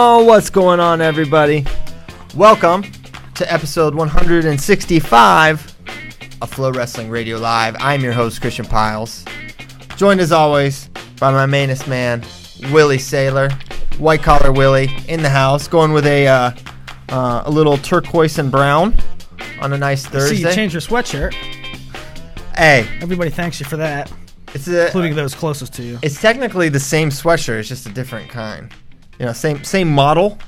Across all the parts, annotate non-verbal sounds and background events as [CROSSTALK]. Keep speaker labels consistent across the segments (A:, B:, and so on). A: what's going on, everybody? Welcome to episode 165 of Flow Wrestling Radio Live. I'm your host, Christian Piles. Joined as always by my mainest man, Willie Sailor, White Collar Willie, in the house, going with a uh, uh, a little turquoise and brown on a nice
B: So you
A: Thursday.
B: changed your sweatshirt.
A: hey,
B: Everybody thanks you for that,
A: it's a,
B: including those closest to you.
A: it's technically the same sweatshirt. It's just a different kind. You know, same same model,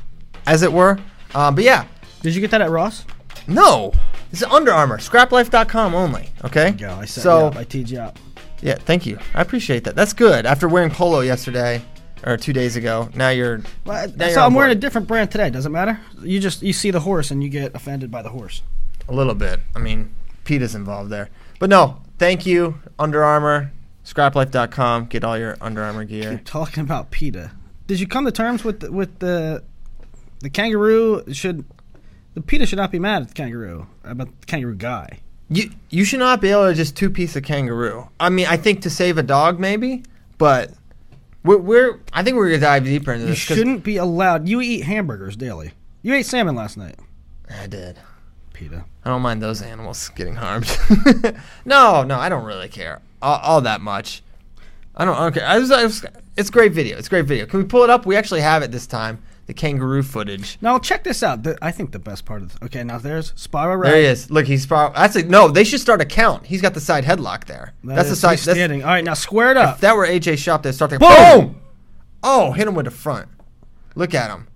A: as it were. Uh, but yeah,
B: Did you get that at Ross?
A: No, this is Under Armour. Scraplife.com only. Okay.
B: Go. I set you
A: so
B: up. I teed you up.
A: yeah, thank you. I appreciate that. That's good. After wearing polo yesterday or two days ago, now you're.
B: Well,
A: now you're
B: so
A: on
B: I'm wearing a
A: board.
B: different brand today. Doesn't matter. You just you see the horse and you get offended by the horse.
A: a little bit. I mean, PETA's involved there, but no, thank you, Under Armour. Scraplife.com. Get all your Under Armour gear.
B: Talking about PETA. Did you come to terms with the, with the the kangaroo should the PETA should not be mad at the kangaroo about the kangaroo guy.
A: You you should not be able to just two piece a kangaroo. I mean, I think to save a dog maybe, but we're, we're I think we're gonna dive deeper into
B: You
A: this. 'cause-
B: shouldn't be allowed. You eat hamburgers daily. You ate salmon last night,
A: I did.
B: PETA.
A: I don't mind those animals getting harmed. [LAUGHS] no, no, I don't really care all, all that much. I don't. Okay, I was, I was, it's great video. It's great video. Can we pull it up? We actually have it this time. The kangaroo footage.
B: Now check this out. The, I think the best part of okay. Now there's Spyro Rat.
A: There he is. Look, he's probably. Actually, no. They should start a count. He's got the side headlock there.
B: That
A: that's the
B: is-
A: side.
B: he's
A: That's,
B: standing. All right, now square it up.
A: if that were AJ Shop, they start there.
B: Boom!
A: Boom! Oh, hit him with the front. Look at him.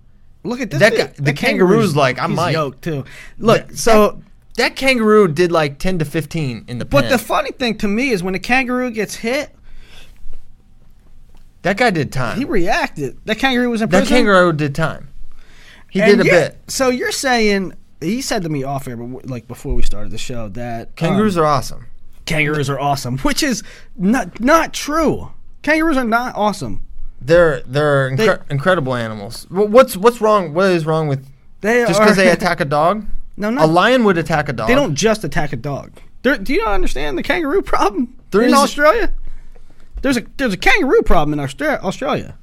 B: Look at this.
A: that
B: thing.
A: guy- the kangaroo's like, I
B: he's
A: might.
B: yoked too. Look,
A: That-
B: so.
A: That kangaroo did like ten to fifteen in the pen.
B: But the funny thing to me is when the kangaroo gets hit,
A: that guy did time.
B: he reacted. That kangaroo was in
A: that
B: prison.
A: kangaroo did time. He
B: And
A: did a
B: you're-
A: bit.
B: So you're saying he said to me off air, but w- like before we started the show, that
A: Kangaroos are awesome.
B: are kangaroos are awesome, which is not not true. Kangaroos are not awesome.
A: They're they're incre- incredible animals. Wh- What's what's wrong? What is wrong with
B: They
A: just
B: are
A: because
B: [LAUGHS]
A: they attack a dog?
B: No,
A: a
B: not
A: lion would attack a dog.
B: They don't just attack a dog. There, do you not understand the kangaroo problem
A: There
B: in
A: is-
B: Australia? There's a there's a kangaroo problem in Austra- Australia.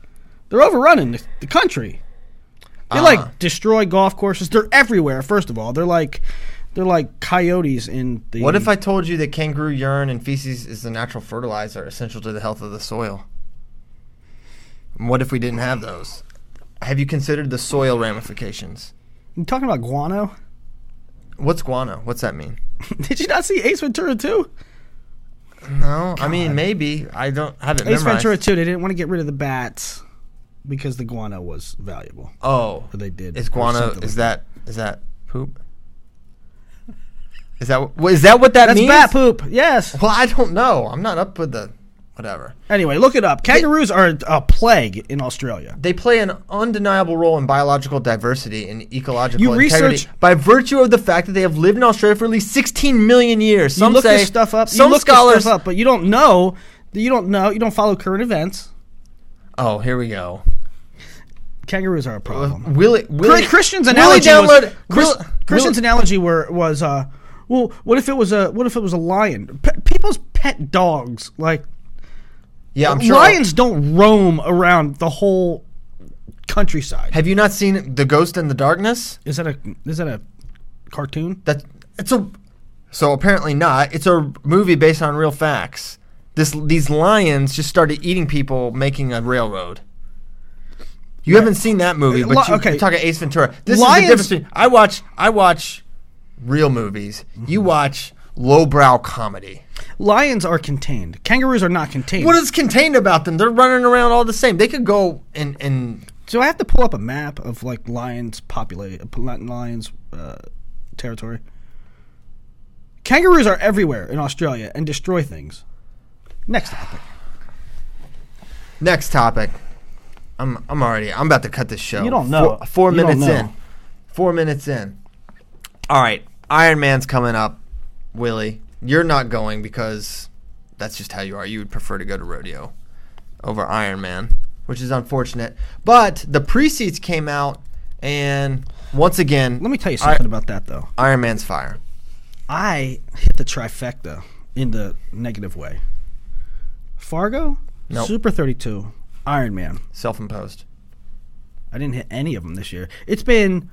B: They're overrunning the, the country. They
A: Ah.
B: like destroy golf courses. They're everywhere. First of all, they're like they're like coyotes in the.
A: What if I told you that kangaroo urine and feces is the natural fertilizer essential to the health of the soil? And What if we didn't have those? Have you considered the soil ramifications?
B: you talking about guano? [LAUGHS]
A: What's guano? What's that mean?
B: Did you not see Ace Ventura 2?
A: No, I mean maybe I don't have it
B: Ace
A: memorized.
B: Ventura 2, they didn't want to get rid of the bats because the guano was valuable.
A: Oh,
B: Or they did.
A: Is
B: or
A: guano?
B: something
A: Is that
B: like
A: is that poop? Is that wh- is that what that
B: That's
A: means?
B: bat poop. Yes.
A: Well, I don't know. I'm not up with the whatever.
B: Anyway, look it up. Kangaroos are a plague in Australia.
A: They play an undeniable role in biological diversity and ecological
B: You
A: integrity
B: research-
A: by virtue of the fact that they have lived in Australia for at least 16 million years. Some
B: you look
A: say
B: this stuff up.
A: Some
B: you look
A: scholars.
B: this stuff up, but you don't know. You don't know. You don't follow current events.
A: Oh, here we go.
B: Kangaroos are a problem.
A: Willie, Willie
B: Christian's
A: Willie
B: analogy
A: download,
B: was, Chris-
A: Will-
B: Christian's
A: Will-
B: analogy were, was uh, well, what if it was a what if it was a lion? Pe- people's pet dogs like
A: yeah, I'm sure.
B: lions don't roam around the whole countryside.
A: Have you not seen The Ghost in the Darkness?
B: Is that a is that a cartoon?
A: That it's a so apparently not. It's a movie based on real facts. This these lions just started eating people, making a railroad. You haven't seen that movie,
B: Uh,
A: but
B: li-
A: you,
B: okay.
A: you're talking Ace Ventura. This
B: Lions-
A: is the difference. Between, I watch I watch real movies. You watch lowbrow comedy.
B: Lions are contained. Kangaroos are not contained.
A: What is contained about them? They're running around all the same. They could go and and
B: so I have to pull up a map of like lions populate lions uh, territory. Kangaroos are everywhere in Australia and destroy things. Next topic.
A: Next topic. I'm I'm already I'm about to cut this show.
B: You don't know.
A: Four, four
B: You don't
A: minutes in.
B: know.
A: Four minutes in. All right, Iron Man's coming up. Willie, you're not going because that's just how you are. You would prefer to go to rodeo over Iron Man, which is unfortunate. But the pre-seats came out, and once again,
B: Let me tell you
A: I-
B: something about that though.
A: Iron Man's fire.
B: I hit the trifecta in the negative way. Fargo,
A: Nope.
B: Super 32, Iron Man.
A: Self-imposed.
B: I didn't hit any of them this year. It's been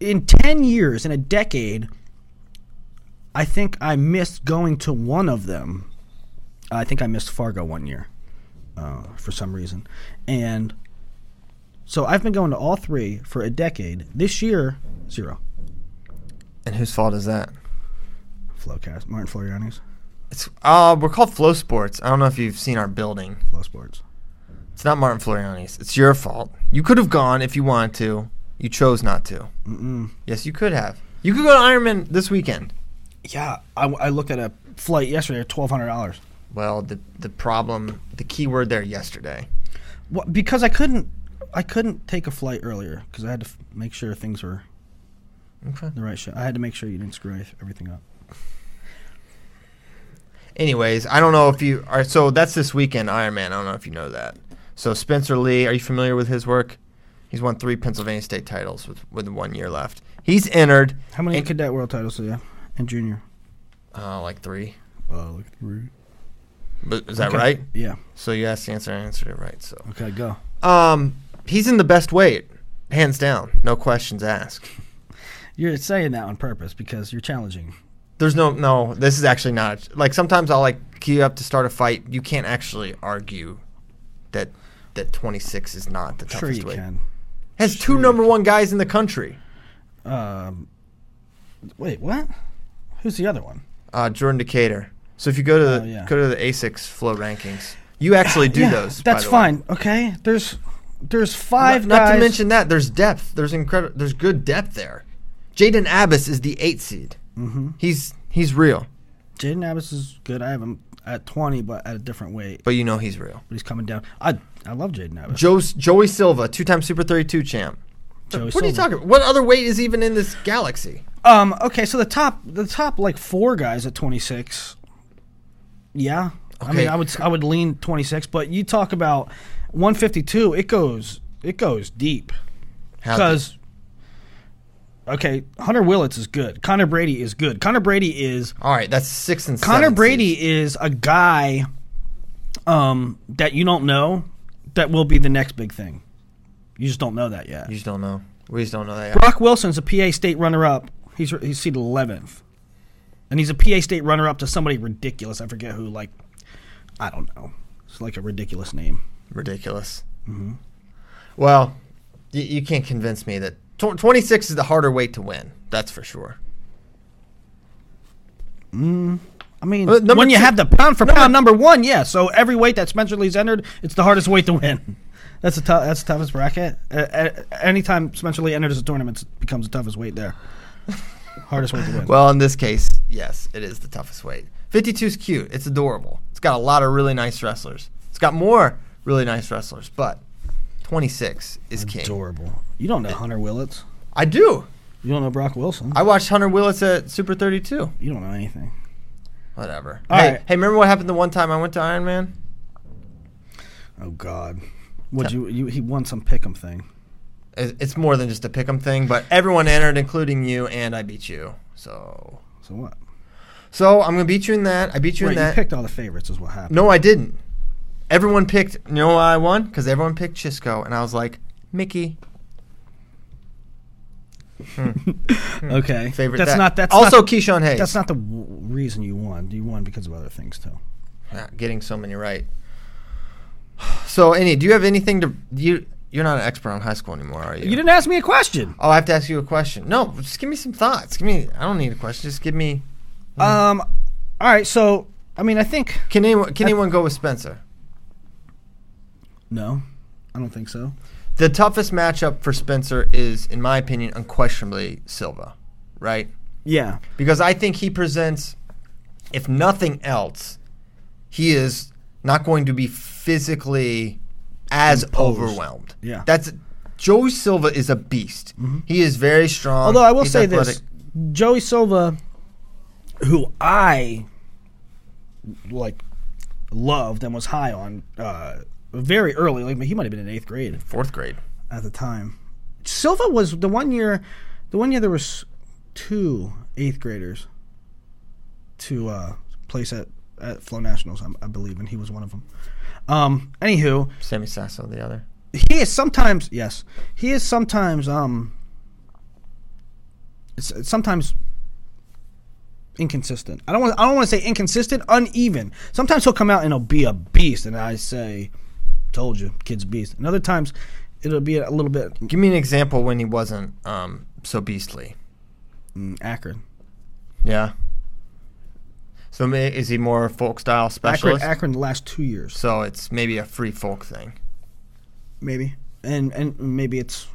B: in 10 years, in a decade, I think I missed going to one of them. I think I missed Fargo one year uh, for some reason. And so I've been going to all three for a decade. This year, zero.
A: And whose fault is that?
B: Flowcast, Martin Floriani's,
A: It's uh, we're called Flow Sports. I don't know if you've seen our building.
B: Flow Sports.
A: It's not Martin Floriani's. It's your fault. You could have gone if you wanted to. You chose not to. Mm-mm. Yes, you could have. You could go to Ironman this weekend.
B: Yeah, I, I looked at a flight yesterday at twelve hundred dollars.
A: Well, the the problem, the key word there yesterday.
B: Well, because I couldn't, I couldn't take a flight earlier because I had to f- make sure things were
A: Okay.
B: the right. Sh- I had to make sure you didn't screw anyth- everything up.
A: Anyways, I don't know if you are. So that's this weekend, Ironman. I don't know if you know that. So Spencer Lee, are you familiar with his work? He's won three Pennsylvania state titles with with one year left. He's entered.
B: How many
A: and-
B: cadet world titles do you have? And junior.
A: Uh, like three. Uh,
B: Oh, look at the
A: But is that right?
B: Yeah.
A: So you asked the answer. I answered it right. So.
B: Okay, go.
A: Um, he's in the best weight, hands down, no questions asked.
B: You're saying that on purpose because you're challenging.
A: There's no no. This is actually not like sometimes I'll like queue up to start a fight. You can't actually argue that that 26 is not the toughest
B: Sure, you
A: weight.
B: can.
A: Has two number one guys in the country.
B: Um, wait, what? Who's the other one?
A: Uh, Jordan Decatur. So if you go to the
B: Oh, yeah.
A: go to the Asics flow rankings, you actually do
B: yeah,
A: those.
B: [SIGHS]
A: by
B: That's
A: the way.
B: fine. Okay, there's, there's five
A: Not, not
B: guys.
A: to mention that there's depth. There's incredible. There's good depth there. Jaden Abbas is the eight seed. Mm-hmm. He's he's real,
B: Jaden Abbas is good. I have him at twenty, but at a different weight.
A: but you know he's real.
B: But he's coming down. I I love Jaden Abbas.
A: Joe, Joey Silva, two-time Super 32 champ.
B: Joey
A: what are
B: Silva.
A: you talking about? What other weight is even in this galaxy?
B: Um. Okay. So the top, the top like four guys at 26. Yeah. I
A: Okay.
B: mean, I would I would lean 26, but you talk about 152. It goes it goes deep
A: How
B: because. Okay, Hunter Willits is good. Connor Brady is good. Connor Brady is
A: all right, that's six and
B: Connor
A: seven
B: Brady
A: seeds.
B: is a guy um, that you don't know that will be the next big thing. You just don't know that yet.
A: You just don't know. We just don't know that. Yet.
B: Brock Wilson's a PA state runner up. He's he's seated eleventh, and he's a PA state runner up to somebody ridiculous. I forget who. Like, I don't know. It's like a ridiculous name.
A: Ridiculous.
B: Mm-hmm.
A: Well, y- you can't convince me that tw- 26 is the harder weight to win. That's for sure.
B: I mean,
A: Uh, number
B: when you
A: two-
B: have the pound for pound number one, yeah. So every weight that Spencer Lee's entered, it's the hardest weight to win. [LAUGHS] That's the tou- that's the toughest bracket. Uh, uh, anytime Spencer Lee enters a tournament, it becomes the toughest weight there. hardest weight to win.
A: Well, in this case, yes, it is the toughest weight. 52 is cute. It's adorable. It's got a lot of really nice wrestlers. It's got more really nice wrestlers, but 26 is king.
B: adorable. You don't know Hunter Willits.
A: I do.
B: You don't know Brock Wilson.
A: I watched Hunter Willis at Super 32.
B: you don't know anything.
A: Whatever.
B: All
A: hey,
B: right.
A: hey, remember what happened the one time I went to Iron Man?
B: Oh God. Would you, you? He won some pick'em thing.
A: It- It's more than just a pick'em thing, but everyone entered, including you, and I beat you. So,
B: So what?
A: so I'm gonna beat you in that. I beat you
B: Right,
A: in
B: you
A: that.
B: picked all the favorites, is what happened.
A: No, I didn't. Everyone picked. You know why I won? Because everyone picked Chisco, and I was like, Mickey.
B: Mm. Okay.
A: Favorite.
B: that's
A: that.
B: not. That's
A: also
B: Not,
A: Keyshawn Hayes.
B: that's not the w- reason you won. You won because of other things too.
A: Ah, getting so many right. [SIGHS] So, any? Do you have anything to you? You're not an expert on high school anymore, are you?
B: You didn't ask me a question.
A: Oh, I have to ask you a question. No, just give me some thoughts. Give me. I don't need a question. Just give me.
B: Um. All right. So I mean, I think
A: Can anyone? Can anyone go with Spencer?
B: no, I don't think so.
A: The toughest matchup for Spencer is, in my opinion, unquestionably Silva, right?
B: Yeah.
A: because I think he presents, if nothing else, he is not going to be physically as overwhelmed.
B: Yeah. Mm-hmm.
A: that's Joey Silva is a beast. He is very strong.
B: Although I will
A: He's
B: say this,
A: athletic.
B: Joey Silva, who I like, loved and was high on uh, very early. Like he might have been in eighth grade
A: fourth grade.
B: at the time. Silva was the one year, the one year there was two eighth graders to uh, place at at Flow Nationals, I, I believe, and he was one of them. Um, anywho,
A: Sammy Sasso, the other.
B: he is sometimes yes he is sometimes um s- sometimes inconsistent i don't want i don't want to say inconsistent uneven sometimes he'll come out and he'll be a beast and i say told you kid's a beast and other times it'll be a little bit
A: Give me an example when he wasn't um, so beastly.
B: mm, acrid
A: Yeah. So ma- is he more folk style
B: acrid
A: specialist?
B: acrid the last two years
A: So it's maybe a free folk thing.
B: maybe and and maybe it's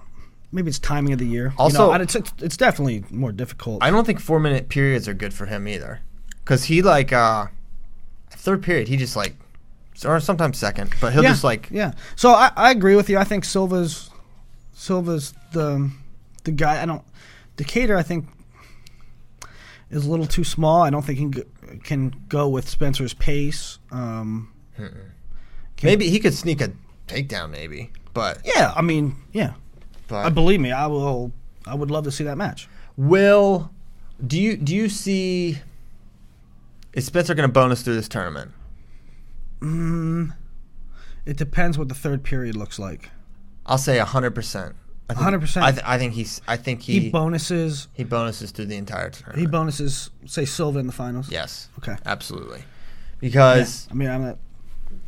B: maybe it's timing of the year You
A: Also-
B: know, I- it's, it's it's definitely more difficult
A: I don't think four minute periods are good for him either, because he like uh, third period he just like, or sometimes second, but he'll
B: yeah,
A: just like
B: yeah. So I, I agree with you. I think Silva's Silva's the the guy. I don't Decatur. I think is a little too small. I don't think he can go, can go with Spencer's pace. Um,
A: maybe he could sneak a takedown maybe, but
B: yeah, I mean, yeah.
A: but
B: I believe me. I will. I would love to see that match.
A: will do you do you see is Spencer gonna bonus through this tournament?
B: It depends what the third period looks like.
A: I'll say hundred percent.
B: 100%.
A: I, th- I think he's. I think he
B: He
A: he,
B: bonuses.
A: bonuses through the entire tournament.
B: He bonuses. Say Silva in the finals.
A: yes.
B: Okay.
A: Absolutely. Because
B: I mean, I'm not.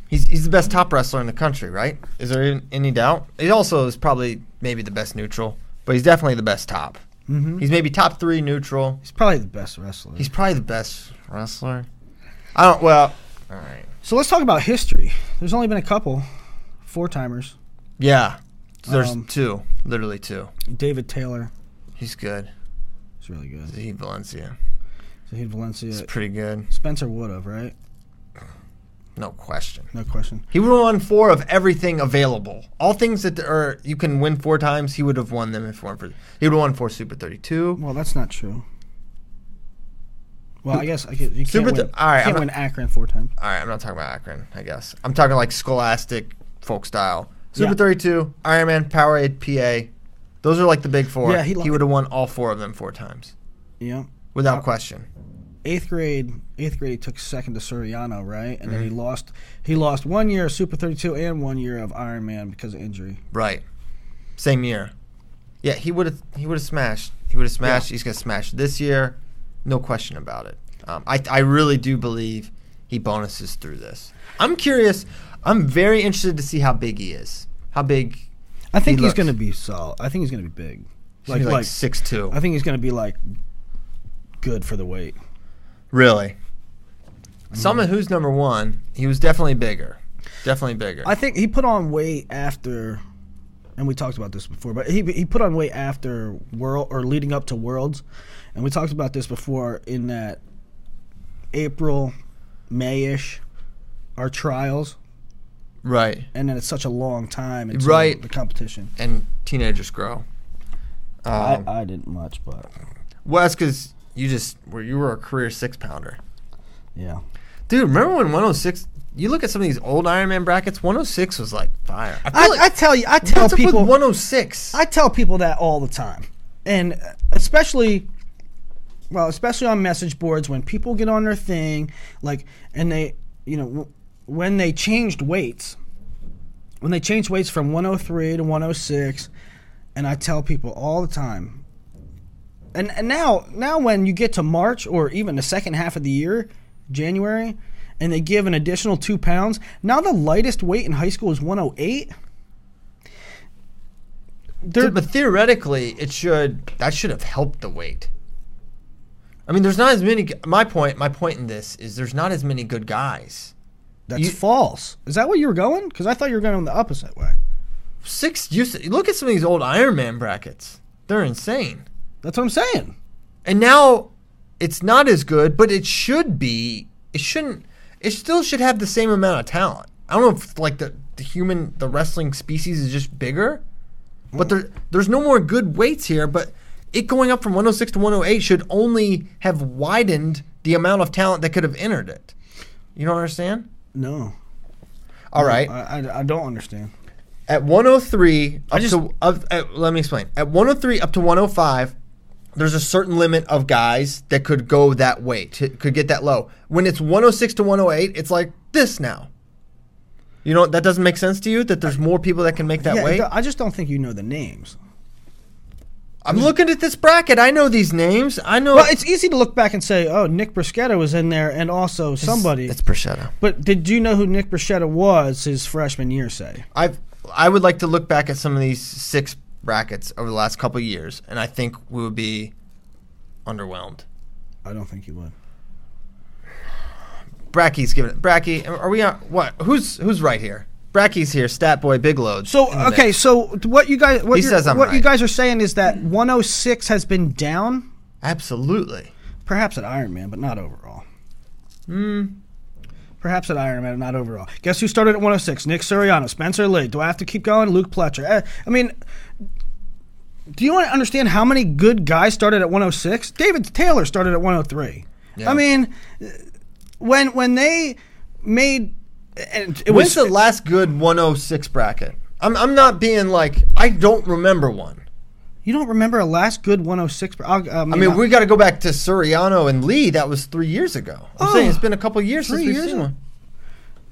A: He's, he's the best top wrestler in the country, right? Is there any, any doubt? He also is probably maybe the best neutral, but he's definitely the best top. Mm-hmm. He's maybe top three neutral.
B: He's probably the best wrestler.
A: He's probably the best wrestler. I don't. Well, all right.
B: so let's talk about history. There's only been a couple four timers.
A: Yeah, there's
B: Um,
A: two, literally two.
B: David Taylor
A: He's good.
B: is really good.
A: He Valencia.
B: Zahid Valencia.
A: He's pretty good,
B: Spencer would have, right?
A: no question.
B: No question.
A: He would have won four of everything available. All things that are you can win four times. He would have won them if it weren't for. He would have won four Super Thirty Two.
B: Well, that's not true. Well, I guess I could, you can't,
A: Super
B: win,
A: th- all right,
B: you can't
A: I'm
B: win Akron four times.
A: All right, I'm not talking about Akron, I guess. I'm talking like scholastic folk style. Super
B: Yeah.
A: 32, Iron Man, Powerade, PA. Those are like the big four.
B: Yeah, he
A: he,
B: lo-
A: would have won all four of them four times
B: Yeah.
A: without question.
B: Eighth grade, eighth grade, he took second to Soriano, right? And then
A: Mm-hmm.
B: he lost. He lost one year of Super Thirty Two and one year of Iron Man because of injury.
A: Right. Same year. Yeah, he would have he would have smashed. He would have smashed. He's going to smash this year. No question about it. Um, I I really do believe he bonuses through this. I'm curious. I'm very interested to see how big he is. How big?
B: I think he's
A: looks-
B: going to be solid. I think he's going to be big. Like,
A: he's like
B: like
A: six two.
B: I think he's going to be like good for the weight.
A: Really? Summit, who's number one, he was definitely bigger. Definitely bigger.
B: I think he put on weight after, and we talked about this before, but he he put on weight after world or leading up to worlds, and we talked about this before in that April, Mayish, our trials,
A: right.
B: and then it's such a long time until
A: Right.
B: the competition.
A: And teenagers grow. Um,
B: I, I didn't much, but
A: well, that's because you just were you were a career six pounder,
B: yeah,
A: dude. Remember when 106 you look at some of these old Iron Man brackets. 106 was like fire.
B: I, I tell you, I tell
A: What's up with
B: people
A: 106.
B: I tell people that all the time, and uh, especially, well, especially on message boards when people get on their thing, like, and they, you know, w- when they changed weights, when they changed weights from 103 to 106, and I tell people all the time, and, and now now when you get to March or even the second half of the year, January, and they give an additional two pounds, now the lightest weight in high school is 108. They're,
A: but theoretically, it should that should have helped the weight. I mean, there's not as many. My point, my point in this is there's not as many good guys.
B: That's
A: You-
B: false. Is that where you were going? Because I thought you were going the opposite way.
A: Six. You s- look at some of these old Iron Man brackets. They're insane.
B: That's what I'm saying.
A: And now it's not as good, but it should be. It shouldn't. It still should have the same amount of talent. I don't know if like the, the human the wrestling species is just bigger, but there there's no more good weights here. But it going up from 106 to 108 should only have widened the amount of talent that could have entered it. You don't understand?
B: No,
A: All right.
B: I, I, I don't understand.
A: At 103, up
B: just-
A: to, of at, let me explain. At 103 up to 105, there's a certain limit of guys that could go that weight, t- could get that low. When it's 106 to 108, it's like this now. You know that doesn't make sense to you that there's more people that can make that
B: yeah,
A: weight.
B: I just don't think you know the names.
A: I'm looking at this bracket. I know these names. I know.
B: Well, it's easy to look back and say, "Oh, Nick Bruschetta was in there," and also somebody.
A: It's Bruschetta.
B: but did you know who Nick Bruschetta was his freshman year? Say
A: I've I would like to look back at some of these six brackets over the last couple of years, and I think we would be underwhelmed.
B: I don't think you would.
A: Bracky's giving it. Bracky, are we on what? Who's who's right here? Bracky's here. Stat boy, big load.
B: So
A: in the
B: okay,
A: mix.
B: so what you guys what,
A: He
B: you're-
A: says I'm
B: what you
A: right.
B: guys are saying is that 106 has been down,
A: absolutely.
B: perhaps at Iron Man, but not overall.
A: Hmm.
B: Perhaps at Iron Man, not overall. Guess who started at 106? Nick Soriano, Spencer Lee. Do I have to keep going? Luke Pletcher. Eh, I mean, do you want to understand how many good guys started at 106? David Taylor started at 103. I mean, eh, when when they made and it
A: When's
B: was
A: the last good 106 bracket? I'm I'm not being like I don't remember one.
B: you don't remember a last good 106. I mean,
A: I mean, we got to go back to Suriano and Lee. That was three years ago. I'm saying it's been a couple years since
B: Oh. three
A: we've
B: years
A: seen
B: ago.
A: one.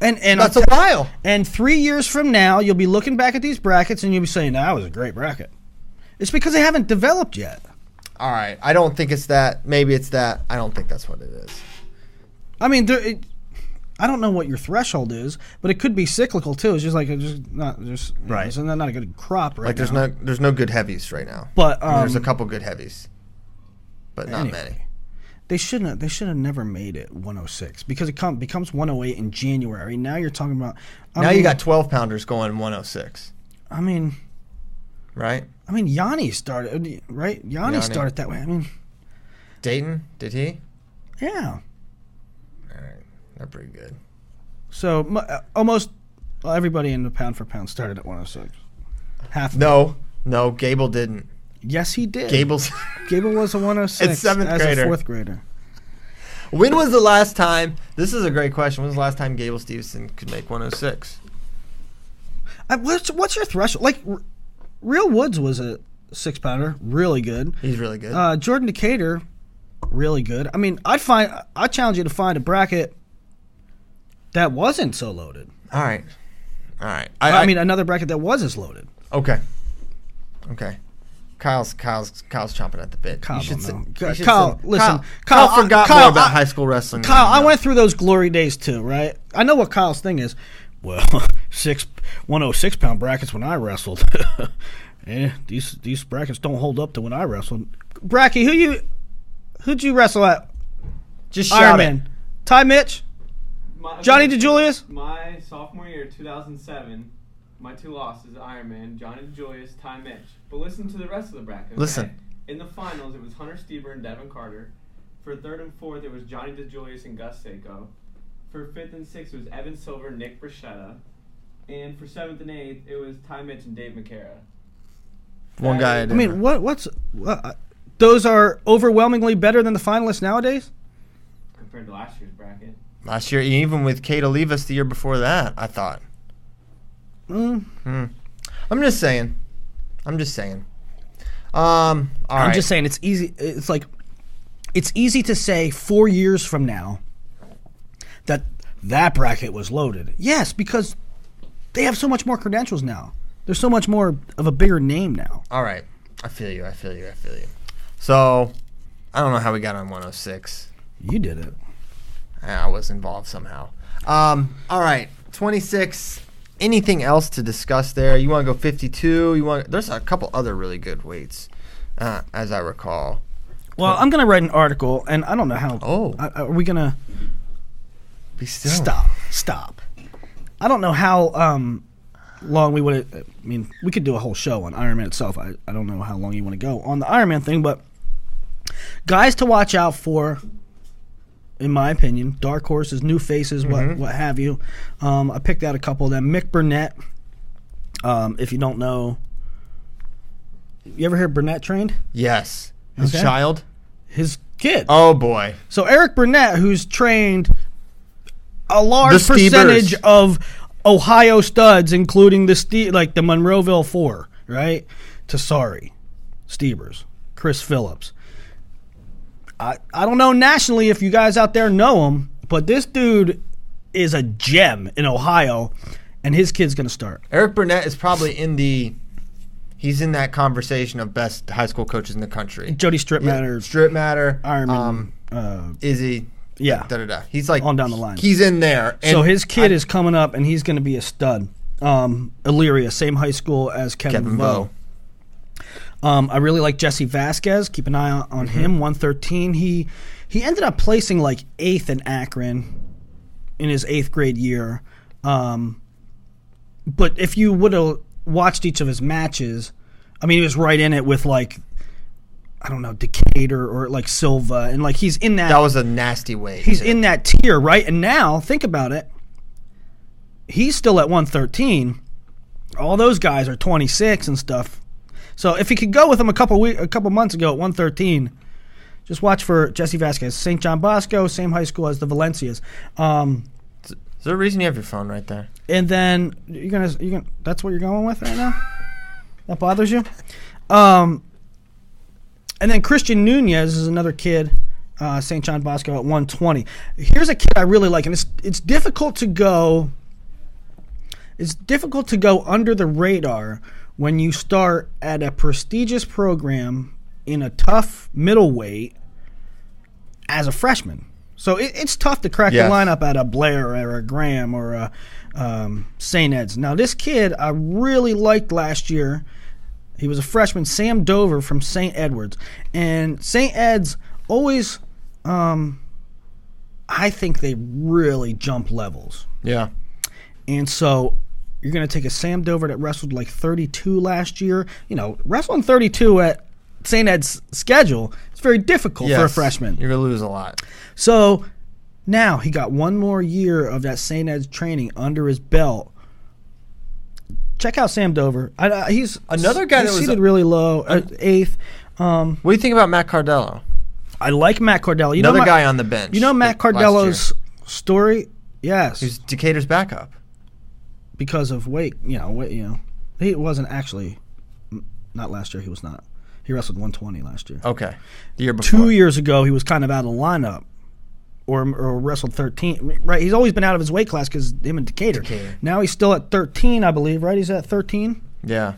B: and and
A: That's
B: I'll
A: a
B: te-
A: while.
B: And three years from now, you'll be looking back at these brackets and you'll be saying, "That was a great bracket." It's because they haven't developed yet.
A: All right. I don't think it's that. Maybe it's that. I don't think that's what it is.
B: I mean, there, it, I don't know what your threshold is, but it could be cyclical too. It's just like it's just not just you know,
A: Right.
B: It's not, not a good crop right
A: Like there's
B: now.
A: no there's no good heavies right now.
B: But,
A: I mean, there's a
B: um,
A: couple good heavies, but not
B: anyway.
A: many.
B: They shouldn't. Have, they should have never made it 106 because it come, becomes 108 in January. Now you're talking about. I
A: now
B: mean,
A: you got 12 pounders going 106,
B: I mean,
A: right?
B: I mean, Yanni started right. Yanni,
A: Yanni.
B: started that way. I mean,
A: Dayton, did he?
B: yeah.
A: All right, they're pretty good.
B: So mu- uh, almost well, everybody in the pound for pound started at 106. Half.
A: No, no, Gable didn't.
B: Yes, he did.
A: Gable's.
B: Gable was a 106
A: At seventh
B: as
A: grader.
B: a fourth grader.
A: [LAUGHS] when was the last time? This is a great question. When was the last time Gable Stevenson could make 106?
B: I, Uh, what's what's your threshold? Like, R- Real Woods was a six pounder, really good.
A: He's really good.
B: Uh, Jordan Decatur, really good. I mean, I'd find I challenge you to find a bracket that wasn't so loaded.
A: all right, all right.
B: I, mean, another bracket that was as loaded.
A: okay, okay. Kyle's Kyle's Kyle's chomping at the bit.
B: Kyle,
A: you should
B: don't
A: sit-
B: know.
A: you
B: Kyle-
A: should
B: Kyle,
A: sit-
B: listen.
A: Kyle, Kyle
B: Kyle, I-
A: forgot
B: Kyle,
A: more about
B: I-
A: high school wrestling. than
B: Kyle,
A: you
B: I
A: know.
B: went through those glory days too, right? I know what Kyle's thing is. Well, [LAUGHS] six 106 pound brackets when I wrestled. [LAUGHS] eh, these these brackets don't hold up to when I wrestled. Bracky, who you who'd you wrestle at?
A: Just
B: Iron
A: shout it.
B: Man. Ty Mitch?
C: My,
B: Johnny DeJulius?
C: My sophomore year, 2007, my two losses, Iron Man, Johnny DeJulius, Ty Mitch. But listen to the rest of the bracket. okay?
A: Listen.
C: In the finals, it was Hunter Steber and Devin Carter. For third and fourth, it was Johnny DeJulius and Gus Seiko. For fifth and sixth, it was Evan Silver and Nick Bruschetta. And for seventh and eighth, it was Ty Mitch and Dave McCara.
A: One guy.
C: I
B: I mean, what what's uh, what, I- those are overwhelmingly better than the finalists nowadays?
C: Compared to last year's bracket.
A: Last year, even with Kate Olivas the year before that, I thought. Hmm.
B: Mm.
A: I'm just saying. I'm just saying. Um, all
B: I'm
A: right.
B: just saying it's easy. It's like it's easy to say four years from now that that bracket was loaded. Yes, because they have so much more credentials now. There's so much more of a bigger name now.
A: All right. I feel you. I feel you. I feel you. So, I don't know how we got on 106.
B: You did it.
A: I was involved somehow. Um, all right, 26. Anything else to discuss there? You want to go 52? You want? There's a couple other really good weights, uh, as I recall.
B: Well, I'm gonna write an article, and I don't know how.
A: Oh.
B: I- are we gonna
A: Be still.
B: stop? Stop. I don't know how um, long we would. I mean, we could do a whole show on Iron Man itself. I, I don't know how long you want to go on the Iron Man thing, but guys to watch out for, in my opinion, dark horses, new faces, what what have you. Um, I picked out a couple of them. Mick Burnett. Um, if you don't know, you ever hear Burnett trained?
A: Yes. His
B: Okay.
A: child.
B: His kid.
A: Oh boy.
B: So Eric Burnett, who's trained a large
A: The Stevers.
B: percentage of Ohio studs, including the Ste- like the Monroeville Four, right? Tasari, Stevers, Chris Phillips. I I don't know nationally if you guys out there know him, but this dude is a gem in Ohio, and his kid's gonna start.
A: Eric Burnett is probably in the. He's in that conversation of best high school coaches in the country.
B: Jody Stripmatter,
A: Strip matter.
B: Ironman,
A: Um,
B: uh,
A: Izzy.
B: yeah.
A: Da da da. He's like
B: On down the line.
A: He's in there.
B: So
A: and
B: his kid is coming up, and he's going to be a stud. Um, Illyria, same high school as Kevin,
A: Kevin
B: Vo.
A: Vo.
B: Um, I really like Jesse Vasquez. Keep an eye on, on
A: Mm-hmm.
B: him. One thirteen. He he ended up placing like eighth in Akron in his eighth grade year. Um, but if you would have watched each of his matches, I mean, he was right in it with like I don't know Decatur or like Silva, and like he's in
A: That was a nasty way.
B: he's in that tier, right? And now think about it. He's still at 113. All those guys are 26 and stuff. So if he could go with him a couple week, a couple months ago at 113, just watch for Jesse Vasquez, St. John Bosco, same high school as the Valencias. Um,
A: Is there a reason you have your phone right there?
B: and then you're gonna you are gonna that's what you're going with right now. that bothers you. Um, and then Christian Nunez is another kid, uh, St. John Bosco at 120. Here's a kid I really like, and it's it's difficult to go. It's difficult to go under the radar when you start at a prestigious program in a tough middleweight as a freshman. So it, it's tough to crack
A: Yes.
B: the lineup at a Blair or a Graham or a um, St. Ed's. Now, this kid I really liked last year. He was a freshman, Sam Dover from St. Edwards. And St. Ed's always, um, I think they really jump levels.
A: Yeah.
B: And so you're going to take a Sam Dover that wrestled like 32 last year. You know, wrestling 32 at St. Ed's schedule is very difficult for a
A: Yes.
B: freshman.
A: You're gonna lose a lot.
B: So now he got one more year of that St. Ed's training under his belt. Check out Sam Dover. I, I, he's
A: Another guy
B: he's
A: that was-
B: seated really low, uh, eighth. Um,
A: What do you think about Matt Cardello?
B: I like Matt Cardello. You
A: Another
B: know Ma-
A: guy on the bench.
B: You know Matt
A: that- last year.
B: Cardello's story? Yes,
A: He was Decatur's backup.
B: because of weight. You know, weight, you know, he wasn't actually m- not last year. He was not. He wrestled 120 last year.
A: Okay. The year before.
B: two years ago he was kind of out of the lineup or, or wrestled 13 right he's always been out of his weight class because him and decatur.
A: Decatur.
B: now he's still at 13 i believe right he's at 13
A: Yeah.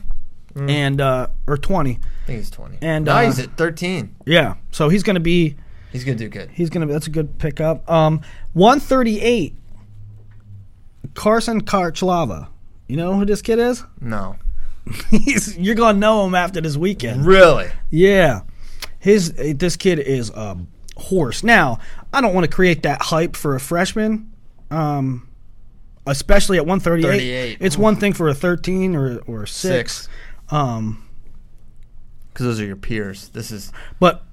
B: and uh, or 20
A: I think he's 20.
B: And,
A: now
B: uh,
A: he's at 13.
B: yeah so he's gonna be
A: He's going to do good.
B: he's gonna be that's a good pickup um 138 carson karchlava you know who this kid is [LAUGHS]
A: No.
B: he's, you're gonna know him after this weekend
A: Really?
B: Yeah, his eh, this kid is a horse. Now I don't want to create that hype for a freshman, um, especially at one thirty
A: 38.
B: eight. It's one thing for a thirteen or or a six,
A: Six.
B: Um,
A: Because those are your peers. This is.
B: but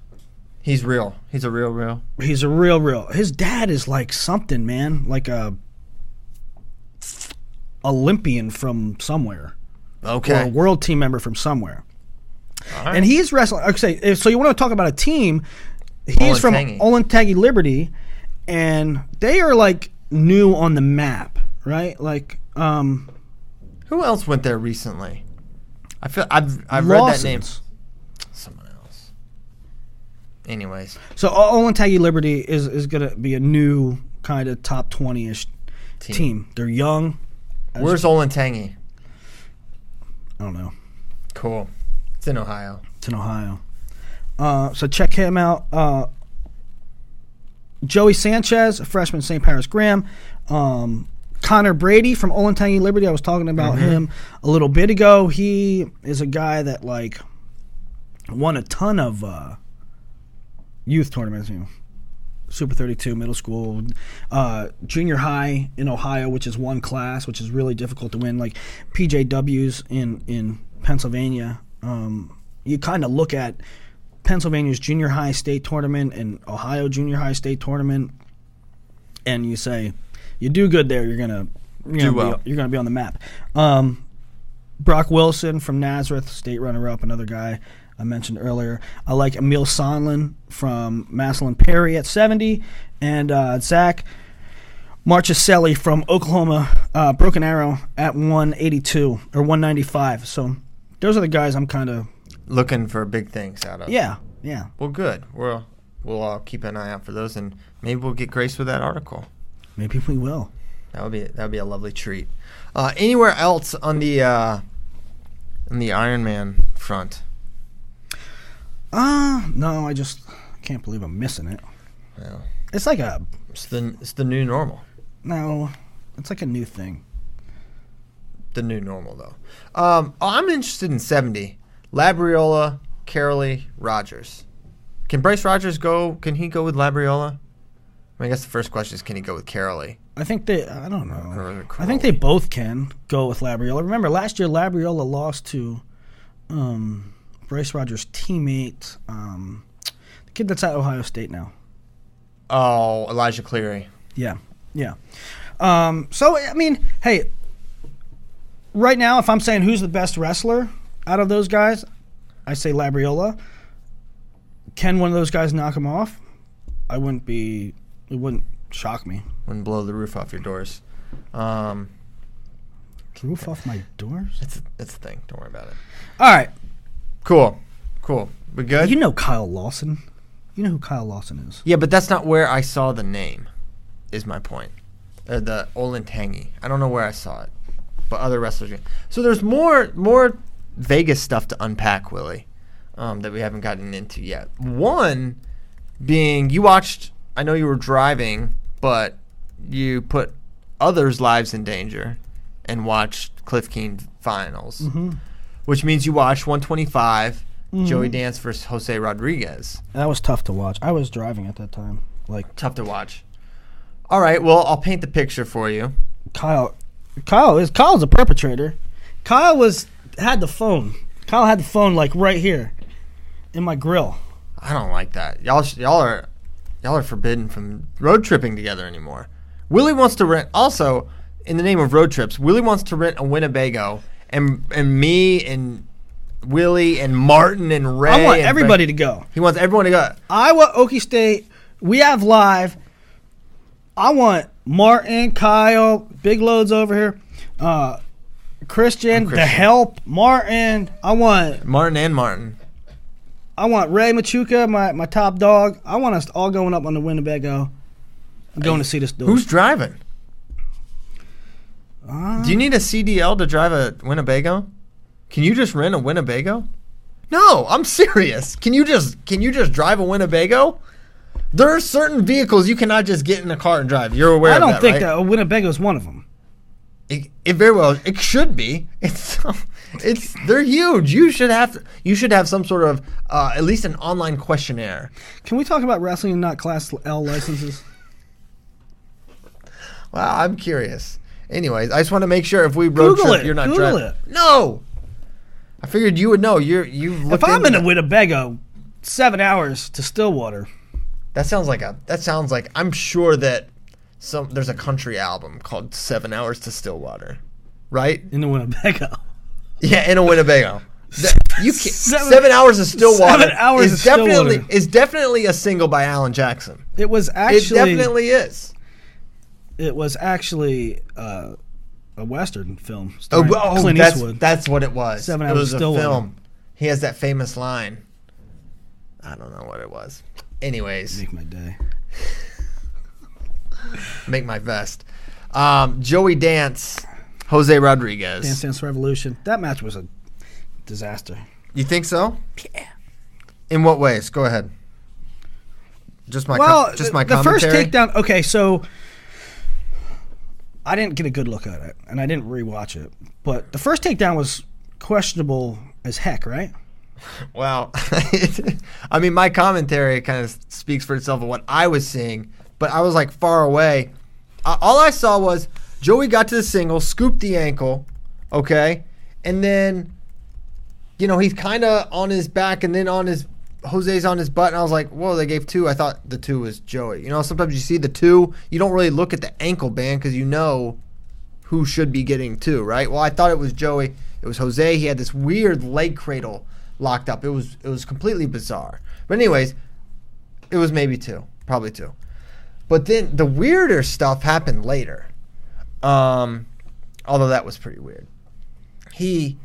A: He's real. He's a real, real.
B: he's a real real. His dad is like something man, like a Olympian from somewhere. or a
A: Okay.
B: world team member from somewhere.
A: right.
B: And he's wrestling. Okay, so you want to talk about a team? He's from
A: Olentangy.
B: Olentangy Liberty, and they are like new on the map, right? Like, um,
A: Who else went there recently? I feel I've I've read that name.
B: Lawson's.
A: Someone else. Anyways,
B: So O- Olin Taggy Liberty is is gonna be a new kind of top twenty ish team. They're young.
A: where's Olin Tangy?
B: I don't know.
A: Cool. It's in Ohio.
B: It's in Ohio. Uh, so check him out. Uh, Joey Sanchez, a freshman St. Paris Graham. Um, Connor Brady from Olentangy Liberty. I was talking about him a little bit ago. He is a guy that like won a ton of uh, youth tournaments. You know, Super 32, middle school, uh, junior high in Ohio, which is one class, which is really difficult to win. Like PJWs in in Pennsylvania, um, you kind of look at Pennsylvania's junior high state tournament and Ohio junior high state tournament, and you say, you do good there, you're gonna you're gonna,
A: well.
B: be, you're gonna be on the map. Um, Brock Wilson from Nazareth, state runner up, another guy I mentioned earlier. I like Emil Sondland from Maslin Perry at 70, and uh, Zach Marchiselli from Oklahoma, uh, Broken Arrow at 182 or 195. So those are the guys I'm kind of,
A: Looking for big things out of.
B: yeah, yeah.
A: Well, good. We'll we'll all keep an eye out for those, and maybe we'll get Grace with that article.
B: Maybe we will.
A: That would be that would be a lovely treat. Uh, anywhere else on the uh, on the Ironman front?
B: Ah, no, I just can't believe I'm missing it.
A: Well,
B: It's like a
A: it's the it's the new normal.
B: no, it's like a new thing.
A: The new normal though. Um, oh, I'm interested in 70. Labriola, Carolee, Rogers. Can Bryce Rogers go? Can he go with Labriola? I, mean, I guess the first question is can he go with Carolee?
B: I think they. I don't know.
A: Or
B: I think they both can go with Labriola. Remember, last year Labriola lost to um, Bryce Rogers' teammate, um, the kid that's at Ohio State now.
A: Oh, Elijah Cleary.
B: Yeah, yeah. Um, so I mean, hey, right now, if I'm saying who's the best wrestler out of those guys, I say Labriola. Can one of those guys knock him off? I wouldn't be. It wouldn't shock me.
A: Wouldn't blow the roof off your doors. Um,
B: Roof off my doors.
A: it's it's a thing. Don't worry about it.
B: All right.
A: Cool, cool. We good?
B: You know Kyle Lawson. You know who Kyle Lawson is.
A: Yeah, but that's not where I saw the name, is my point. Uh, the Olentangy. I don't know where I saw it, but other wrestlers. do. So there's more more Vegas stuff to unpack, Willie, um, that we haven't gotten into yet. One being you watched. I know you were driving, but you put others' lives in danger and watched Cliff Keen finals, which means you watched 125. Joey Dance versus Jose Rodriguez.
B: That was tough to watch. I was driving at that time. Like
A: tough to watch. All right, well, I'll paint the picture for you.
B: Kyle, Kyle is Kyle's a perpetrator. Kyle was had the phone. Kyle had the phone like right here in my grill.
A: I don't like that. Y'all, sh- y'all are, y'all are forbidden from road tripping together anymore. Willie wants to rent. Also, in the name of road trips, Willie wants to rent a Winnebago, and and me and Willie and Martin and Ray.
B: I want
A: and
B: everybody
A: Frank-
B: to go.
A: He wants everyone to go.
B: Iowa, Okie State. We have live. I want Martin, Kyle, big loads over here. Uh, Christian, the
A: Christian.
B: help, Martin. I want
A: Martin and Martin.
B: I want Ray Machuca, my, my top dog. I want us all going up on the Winnebago. I'm going to see this dude.
A: Who's driving?
B: Uh,
A: Do you need a CDL to drive a Winnebago? Can you just rent a Winnebago? No, I'm serious. Can you just can you just drive a Winnebago? There are certain vehicles you cannot just get in a car and drive. You're aware
B: I
A: of
B: don't
A: that,
B: think
A: right?
B: that uh, Winnebago is one of them.
A: It, it very well it should be. [LAUGHS] It's it's they're huge. You should have you should have some sort of uh, at least an online questionnaire.
B: Can we talk about wrestling and not Class L
A: [LAUGHS]
B: licenses?
A: Wow, I'm curious. Anyways, I just want to make sure if we road
B: Google
A: trip,
B: it.
A: you're not
B: Google
A: driving. No, I figured you would know. You're you.
B: if I'm in a Winnebago, seven hours to Stillwater.
A: that sounds like a. That sounds like I'm sure that some there's a country album called Seven Hours to Stillwater, right?
B: In the Winnebago. [LAUGHS]
A: Yeah, in a Winnebago. That- you can
B: Seven-
A: seven hours of Stillwater
B: Seven Hours
A: is
B: of
A: definitely
B: Stillwater.
A: is definitely a single by Alan Jackson.
B: It was
A: It
B: actually it,
A: definitely is.
B: was actually uh, a western film.
A: Oh,
B: starring
A: oh,
B: Clint
A: that's,
B: Eastwood.
A: that's what it was.
B: Seven
A: it
B: Hours
A: was a
B: Stillwater.
A: film. He has that famous line. I don't know what it was. Anyways,
B: Make my day.
A: make my vest. Um, Joey Dance, Jose Rodriguez.
B: Dance Dance Revolution. That match was a disaster.
A: You think so? Yeah. In what ways? Go ahead. Just my com-
B: well,
A: just
B: the-
A: my
B: the
A: commentary.
B: first takedown. Okay, so I didn't get a good look at it, and I didn't rewatch it. But the first takedown was questionable as heck, right?
A: Well, [LAUGHS] I mean, my commentary kind of speaks for itself of what I was seeing, but I was like far away. Uh, all I saw was Joey got to the single, scooped the ankle, okay, and then, you know, he's kind of on his back and then on his Jose's on his butt, and I was like, whoa, they gave two. I thought the two was Joey. You know, sometimes you see the two, you don't really look at the ankle band because you know who should be getting two, right? Well, I thought it was Joey. It was Jose. He had this weird leg cradle locked up. It was it was completely bizarre. But anyways, it was maybe two, probably two. But then the weirder stuff happened later. Um, although that was pretty weird. He,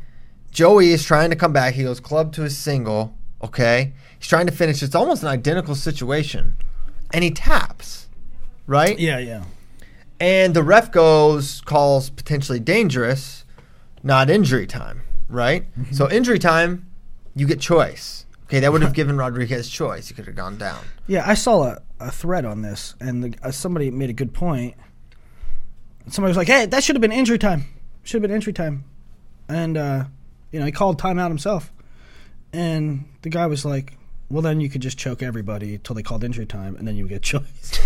A: Joey is trying to come back. He goes club to his single. Okay, he's trying to finish. It's almost an identical situation, and he taps, right?
B: Yeah, yeah.
A: And the ref goes, calls potentially dangerous, not injury time, right? So injury time, you get choice. Okay, that would have given Rodriguez choice. He could have gone down.
B: Yeah, I saw a, a thread on this, and the, uh, somebody made a good point. Somebody was like, "Hey, that should have been injury time. Should have been injury time," and uh, you know he called timeout himself. And the guy was like, "Well, then you could just choke everybody until they called injury time, and then you would get [LAUGHS] choice."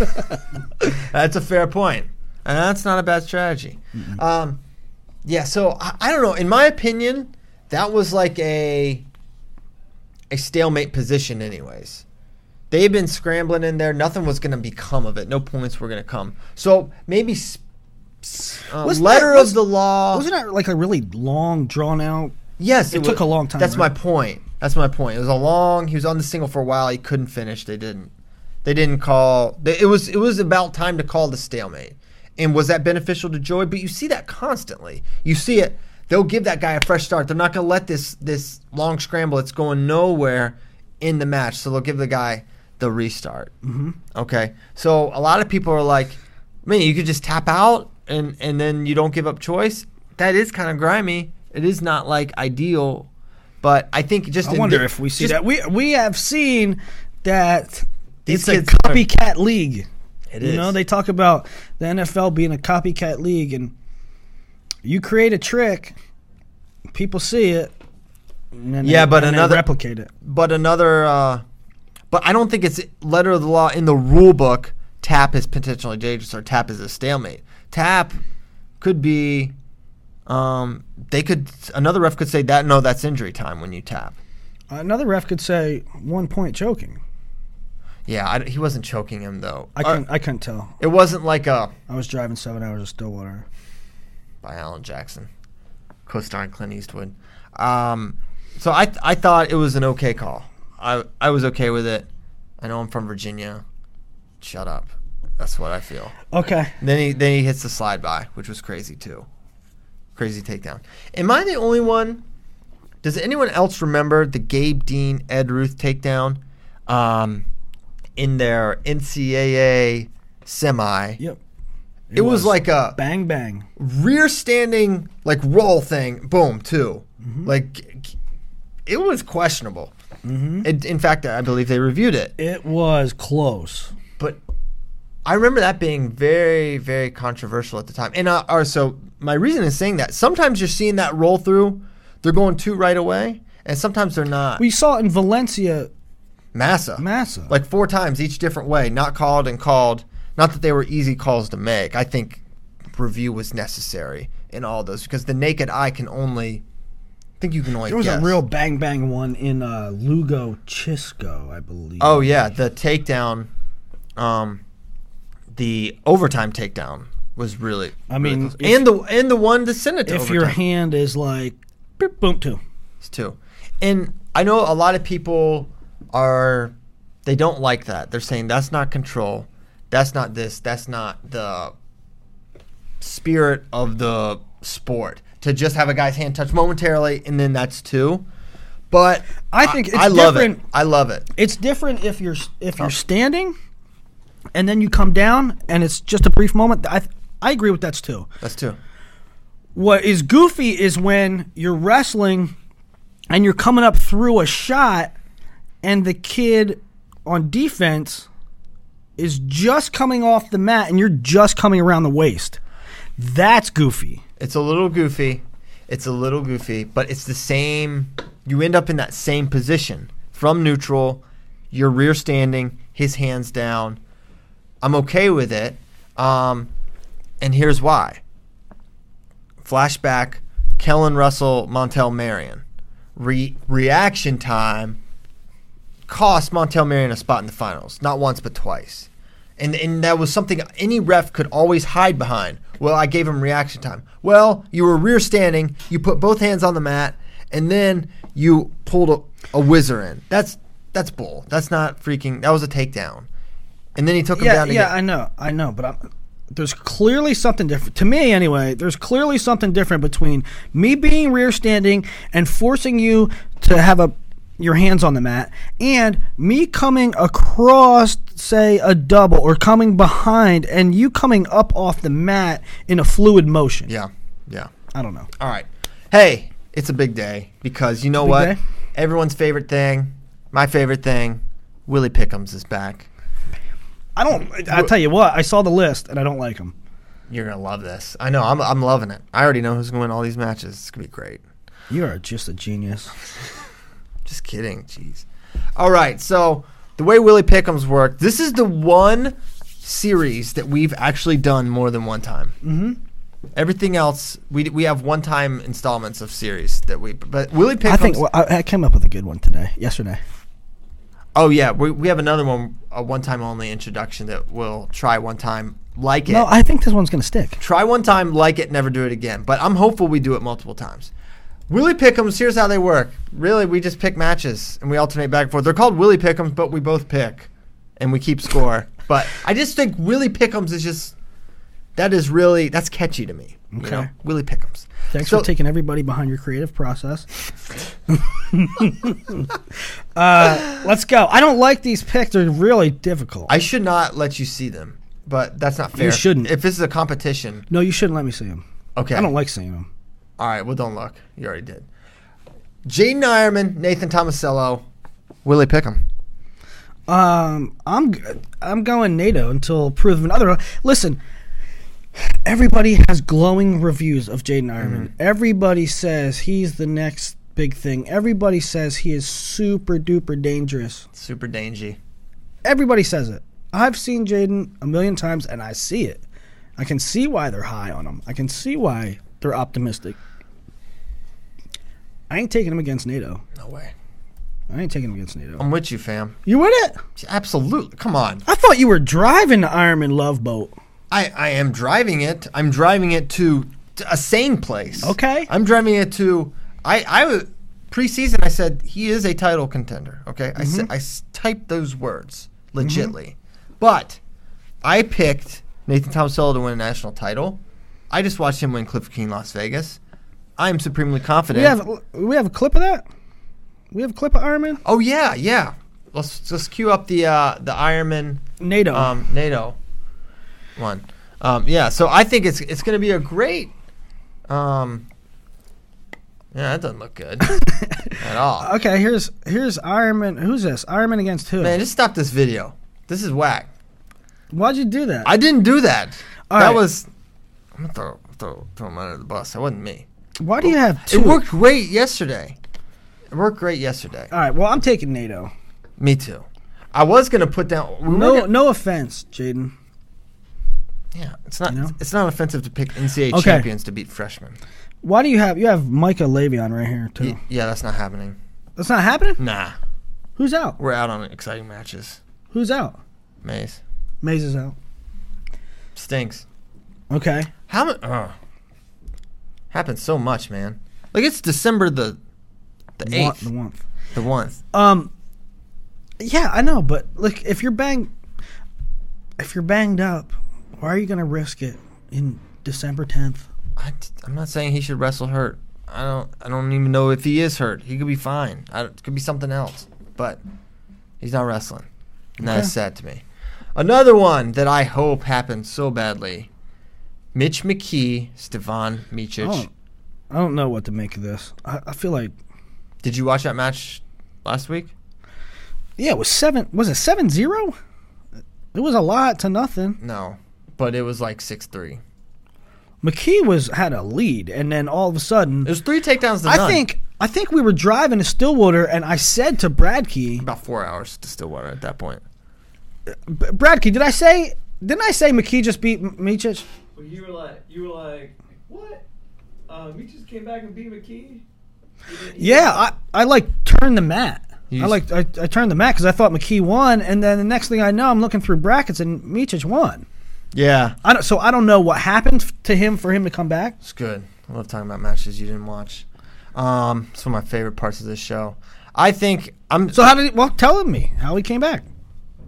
A: That's a fair point. And that's not a bad strategy. Um, yeah, so I, I don't know. In my opinion, that was like a a stalemate position anyways. They've been scrambling in there. Nothing was going to become of it. No points were going to come. So maybe s- s- uh,
B: Wasn't
A: letter
B: that- was-
A: of the law.
B: Wasn't that like a really long, drawn out?
A: Yes,
B: It
A: wa-
B: took a long time,
A: That's
B: right?
A: my point. That's my point. It was a long. He was on the single for a while. He couldn't finish. They didn't. They didn't call. They, it was. It was about time to call the stalemate. And was that beneficial to Joy? But you see that constantly. You see it. They'll give that guy a fresh start. They're not going to let this this long scramble. It's going nowhere in the match. So they'll give the guy the restart. Mm-hmm. Okay. So a lot of people are like, man, you could just tap out and and then you don't give up choice. That is kind of grimy. It is not like ideal, but I think just
B: I
A: in
B: wonder
A: thi-
B: if we see
A: just-
B: that. We we have seen that
A: These
B: it's a
A: kids are-
B: copycat league.
A: It
B: you
A: is.
B: know, they talk about the NFL being a copycat league, and you create a trick, people see it. And then
A: Yeah,
B: they-
A: but
B: and they
A: another-
B: replicate it.
A: but another uh, but I don't think it's letter of the law in the rule book tap is potentially dangerous or tap is a stalemate. Tap could be um, they could another ref could say that no that's injury time when you tap.
B: Another ref could say one point choking.
A: Yeah, I, he wasn't choking him though.
B: I
A: Or-
B: couldn't. I couldn't tell.
A: it wasn't like a
B: I was driving seven hours of Stillwater.
A: by Alan Jackson, co-starring Clint Eastwood. Um, so I th- I thought it was an okay call. I I was okay with it. I know I'm from Virginia. Shut up. That's what I feel.
B: Okay.
A: Then he then he hits the slide by, which was crazy too. Crazy takedown. Am I the only one? Does anyone else remember the Gabe Dean Ed Ruth takedown um, in their NCAA semi?
B: Yep.
A: It, was, like a
B: bang bang.
A: rear standing like roll thing. Boom, 2 Like g- g- it was questionable. It, in fact, I believe they reviewed it.
B: It was close.
A: but I remember that being very, very controversial at the time. And uh, or so my reason in saying that sometimes you're seeing that roll through, they're going two right away, and sometimes they're not.
B: We saw it in Valencia
A: Massa,
B: Massa.
A: like four times each different way, not called and called. Not that they were easy calls to make. I think review was necessary in all those because the naked eye can only. I think you can only.
B: There was
A: guess.
B: a real bang bang one in uh, Lugo Chisco, I believe.
A: Oh yeah, the takedown, um, the overtime takedown was really.
B: I
A: really
B: mean,
A: close.
B: if-
A: and the and the one that sent it to
B: If your
A: overtime
B: hand is like boom two.
A: is too, and I know a lot of people are They don't like that. They're saying that's not control. That's not this. That's not the spirit of the sport to just have a guy's hand touch momentarily and then that's two. But
B: I think it's
A: I love
B: different-
A: it. I love it.
B: It's different if you're if you're
A: Oh.
B: standing, and then you come down, and it's just a brief moment. I I agree with that too.
A: That's two.
B: What is goofy is when you're wrestling, and you're coming up through a shot, and the kid on defense is just coming off the mat, and you're just coming around the waist. That's goofy.
A: It's a little goofy. It's a little goofy, but it's the same. You end up in that same position from neutral. Your rear standing, his hands down. I'm okay with it. Um, and here's why. Flashback: Kellen Russell, Montel Marion. Re- reaction time cost Montel Marion a spot in the finals, not once but twice. And and that was something any ref could always hide behind. Well, I gave him reaction time. Well, you were rear standing, you put both hands on the mat, and then you pulled a, a whizzer in. That's that's bull. That's not freaking. That was a takedown. And then he took him
B: yeah,
A: down
B: yeah,
A: again.
B: I know, I know, but I'm, there's clearly something different to me anyway. There's clearly something different between me being rear standing and forcing you to have a your hands on the mat and me coming across say a double or coming behind and you coming up off the mat in a fluid motion.
A: yeah, yeah.
B: I don't know.
A: All right. Hey, it's a big day because you know
B: Big
A: what?
B: day?
A: Everyone's favorite thing, my favorite thing, Willie Pickums is back.
B: I don't I tell you what, I saw the list and I don't like them.
A: You're gonna love this. I know. I'm, I'm loving it. I already know who's gonna win all these matches. It's gonna be great.
B: You are just a genius.
A: Just kidding. Jeez. All right. So the way Willie Pickums worked, this is the one series that we've actually done more than one time. Mm-hmm. Everything else, we we have one time installments of series that we. But Willie Pickums.
B: I think well, I, I came up with a good one today, yesterday.
A: Oh yeah, we, we have another one, a one time only introduction that we'll try one time, like it.
B: No, I think this one's going to stick.
A: try one time, like it, never do it again. But I'm hopeful we do it multiple times. Willie Pickums, here's how they work. Really, we just pick matches and we alternate back and forth. They're called Willie Pickums, but we both pick and we keep score. but I just think Willie Pickums is just that is really that's catchy to me. You know?
B: Okay.
A: Willie Pickums.
B: Thanks
A: So-
B: for taking everybody behind your creative
A: [LAUGHS]
B: process. uh, let's go. I don't like these picks. They're really difficult.
A: I should not let you see them, but that's not fair.
B: shouldn't.
A: If this is a competition,
B: no, you shouldn't let me see them.
A: okay.
B: I don't like seeing them.
A: All right, well, don't look. You already did. Jaden Ironman, Nathan Tomasello, Willie Pickham.
B: Um, I'm g- I'm going NATO until proven other. Listen, everybody has glowing reviews of Jaden Ironman.
A: Mm-hmm.
B: Everybody says he's the next big thing. Everybody says he is super duper dangerous.
A: Super dangy.
B: Everybody says it. I've seen Jaden a million times and I see it. I can see why they're high on him. I can see why they're optimistic. I ain't taking him against NATO.
A: No way.
B: I ain't taking him against NATO.
A: I'm with you, fam.
B: You with it?
A: Absolutely. Come on.
B: I thought you were driving the Ironman Love Boat.
A: I, I am driving it. I'm driving it to, to a sane place.
B: Okay.
A: I'm driving it to. I I was preseason. I said he is a title contender. Okay. I
B: Mm-hmm.
A: said I s- typed those words legitly, but I picked Nathan Tomasello to win a national title. I just watched him win Cliff Keen Las Vegas. I am supremely confident.
B: We have we have a clip of that. We have a clip of Ironman
A: Oh yeah, yeah. Let's let's queue up the uh, the Ironman
B: NATO.
A: [LAUGHS] um, NATO one. Um, yeah, so I think it's it's going to be a great. Um, yeah, that doesn't look
B: [LAUGHS]
A: good at all.
B: okay, here's here's Ironman. Who's this? Ironman against who?
A: Man, just stop this video. This is whack.
B: Why'd you do that?
A: I didn't do that.
B: All
A: that
B: right.
A: was. I'm gonna throw throw throw him under the bus. That wasn't me.
B: Why do you have two?
A: It worked great yesterday. It worked great yesterday.
B: All right. Well, I'm taking NATO.
A: Me too. I was gonna put down. we were
B: No,
A: gonna-
B: no offense, Jaden.
A: Yeah, it's not.
B: You know?
A: It's not offensive to pick NCAA
B: Okay.
A: champions to beat freshmen.
B: Why do you have you have Micah Le'Veon right here too?
A: Y- yeah, that's not happening.
B: That's not happening.
A: Nah,
B: Who's out?
A: we're out on exciting matches.
B: Who's out?
A: Maze.
B: Maze is out.
A: Stinks.
B: Okay.
A: How much? Uh, happens so much, man. Like it's December the the
B: Want-
A: eighth,
B: the warmth.
A: the one.
B: Um, Yeah, I know, but look, if you're bang, if you're banged up, why are you gonna risk it in December 10th?
A: I, am not saying he should wrestle hurt. I don't. I don't even know if he is hurt. He could be fine. I, don't- it could be something else. But he's not wrestling, and that is
B: Okay.
A: sad to me. Another one that I hope happens so badly: Mitch McKee, Stefan Micic.
B: Oh. I don't know what to make of this. I, I feel like
A: Did you watch that match last week?
B: yeah, it was seven. Was it seven zero? It was a lot to nothing.
A: No, but it was like six three.
B: McKee was had a lead, and then all of a sudden,
A: It was three takedowns to
B: I
A: none.
B: think I think we were driving to Stillwater, and I said to Bradkey,
A: about four hours to Stillwater at that point.
B: B- Bradkey, did I say? Didn't I say McKee just beat M- Miocic?
C: But you were like, you were like, what? Uh, you just came back and beat McKee. He didn't- he
B: Yeah, I, I like turned the mat. I
A: You
B: like I, I turned the mat because I thought McKee won, and then the next thing I know, I'm looking through brackets and Miocic won.
A: Yeah,
B: I don't, so I don't know what happened f- to him for him to come back.
A: it's good. I love talking about matches you didn't watch. Um, it's one of my favorite parts of this show. I think I'm
B: So how did? He, well, tell me how he came back.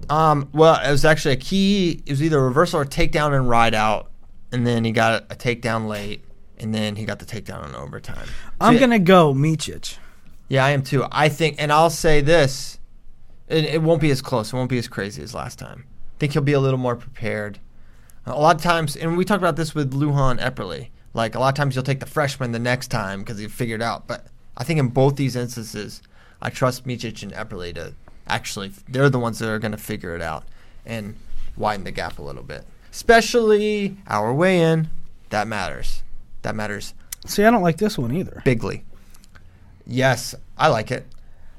A: Um, well, it was actually a key. It was either a reversal or takedown and ride out, and then he got a takedown late, and then he got the takedown in overtime.
B: I'm
A: yeah.
B: gonna go Miocic.
A: Yeah, I am too. I think, and I'll say this: it, it won't be as close. It won't be as crazy as last time. I think he'll be a little more prepared. A lot of times, and we talked about this with Luhan Epperly. Like a lot of times, you'll take the freshman the next time because he figured out. But I think in both these instances, I trust Micic and Epperly to actually. They're the ones that are going to figure it out and widen the gap a little bit. Especially our weigh-in, that matters. That matters
B: See, I don't like this one either.
A: Bigley. Yes, I like it.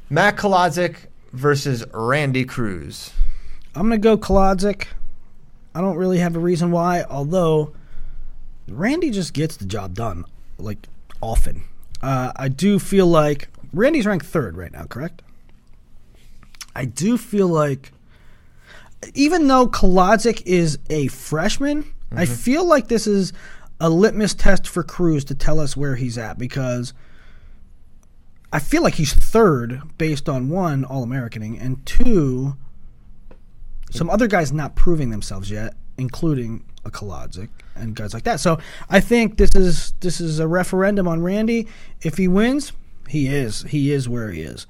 A: Matt Kolodzic versus Randy Cruz.
B: I'm gonna go Kolodzic. I don't really have a reason why, although Randy just gets the job done like often. Uh, I do feel like Randy's ranked third right now, correct? I do feel like even though Kolodzic is a freshman, I feel like this is a litmus test for Cruz to tell us where he's at because I feel like he's third based on one All Americaning and two some other guys not proving themselves yet, including a Kolodzic and guys like that. So I think this is this is a referendum on Randy. If he wins, he is he is where he is.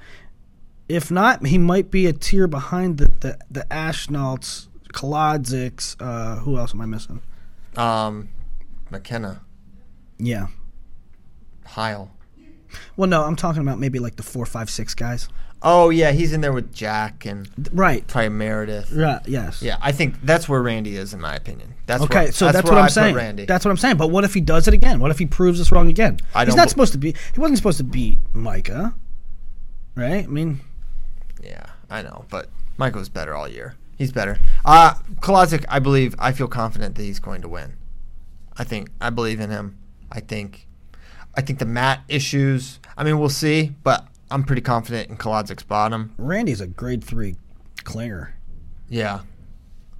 B: If not, he might be a tier behind the the, the Ashnauts, Kolodzics. Uh, who else am I missing?
A: Um, McKenna,
B: Yeah.
A: Heil.
B: Well, no, I'm talking about maybe like the four, five, six guys.
A: Oh yeah, he's in there with Jack and
B: Right.
A: probably Meredith.
B: Right. Yes.
A: Yeah, I think that's where Randy is in my opinion. That's
B: Okay,
A: where,
B: so that's,
A: where
B: what I'm
A: I put
B: saying.
A: Randy.
B: That's what I'm saying. But what if he does it again? What if he proves us wrong again?
A: I
B: He's
A: don't
B: not
A: bel-
B: supposed to be. He wasn't supposed to beat Micah, right? I mean,
A: yeah, I know, but Michael's better all year. He's better. Uh Kolodzic, I believe. I feel confident that he's going to win. I think. I believe in him. I think. I think the mat issues. I mean, we'll see, but I'm pretty confident in Kolodzic's bottom.
B: Randy's a grade three clinger.
A: Yeah,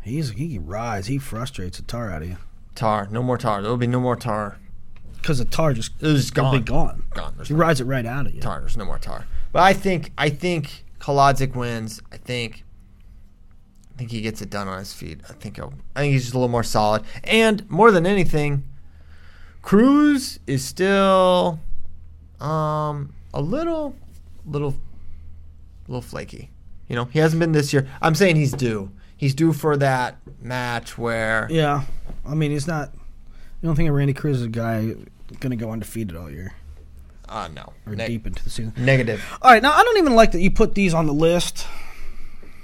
B: He's he can rise. He frustrates the tar out of you
A: tar. No more tar. There will be no more tar.
B: because the tar just
A: It's
B: will
A: gone.
B: be gone.
A: Gone. There's
B: He
A: no
B: rides it right out of you.
A: tar. There's no more tar. But I think. I think Kolodzic wins. I think. I think he gets it done on his feet. I think. He'll, I think he's just a little more solid. And more than anything, Cruz is still, um, a little, little, little flaky. You know, he hasn't been this year. I'm saying he's due. He's due for that match where.
B: Yeah, I mean, he's not. You don't think a Randy Cruz is a guy going to go undefeated all year
A: Uh, no.
B: or
A: Ne-
B: deep into the season?
A: Negative.
B: All right, now I don't even like that you put these on the list.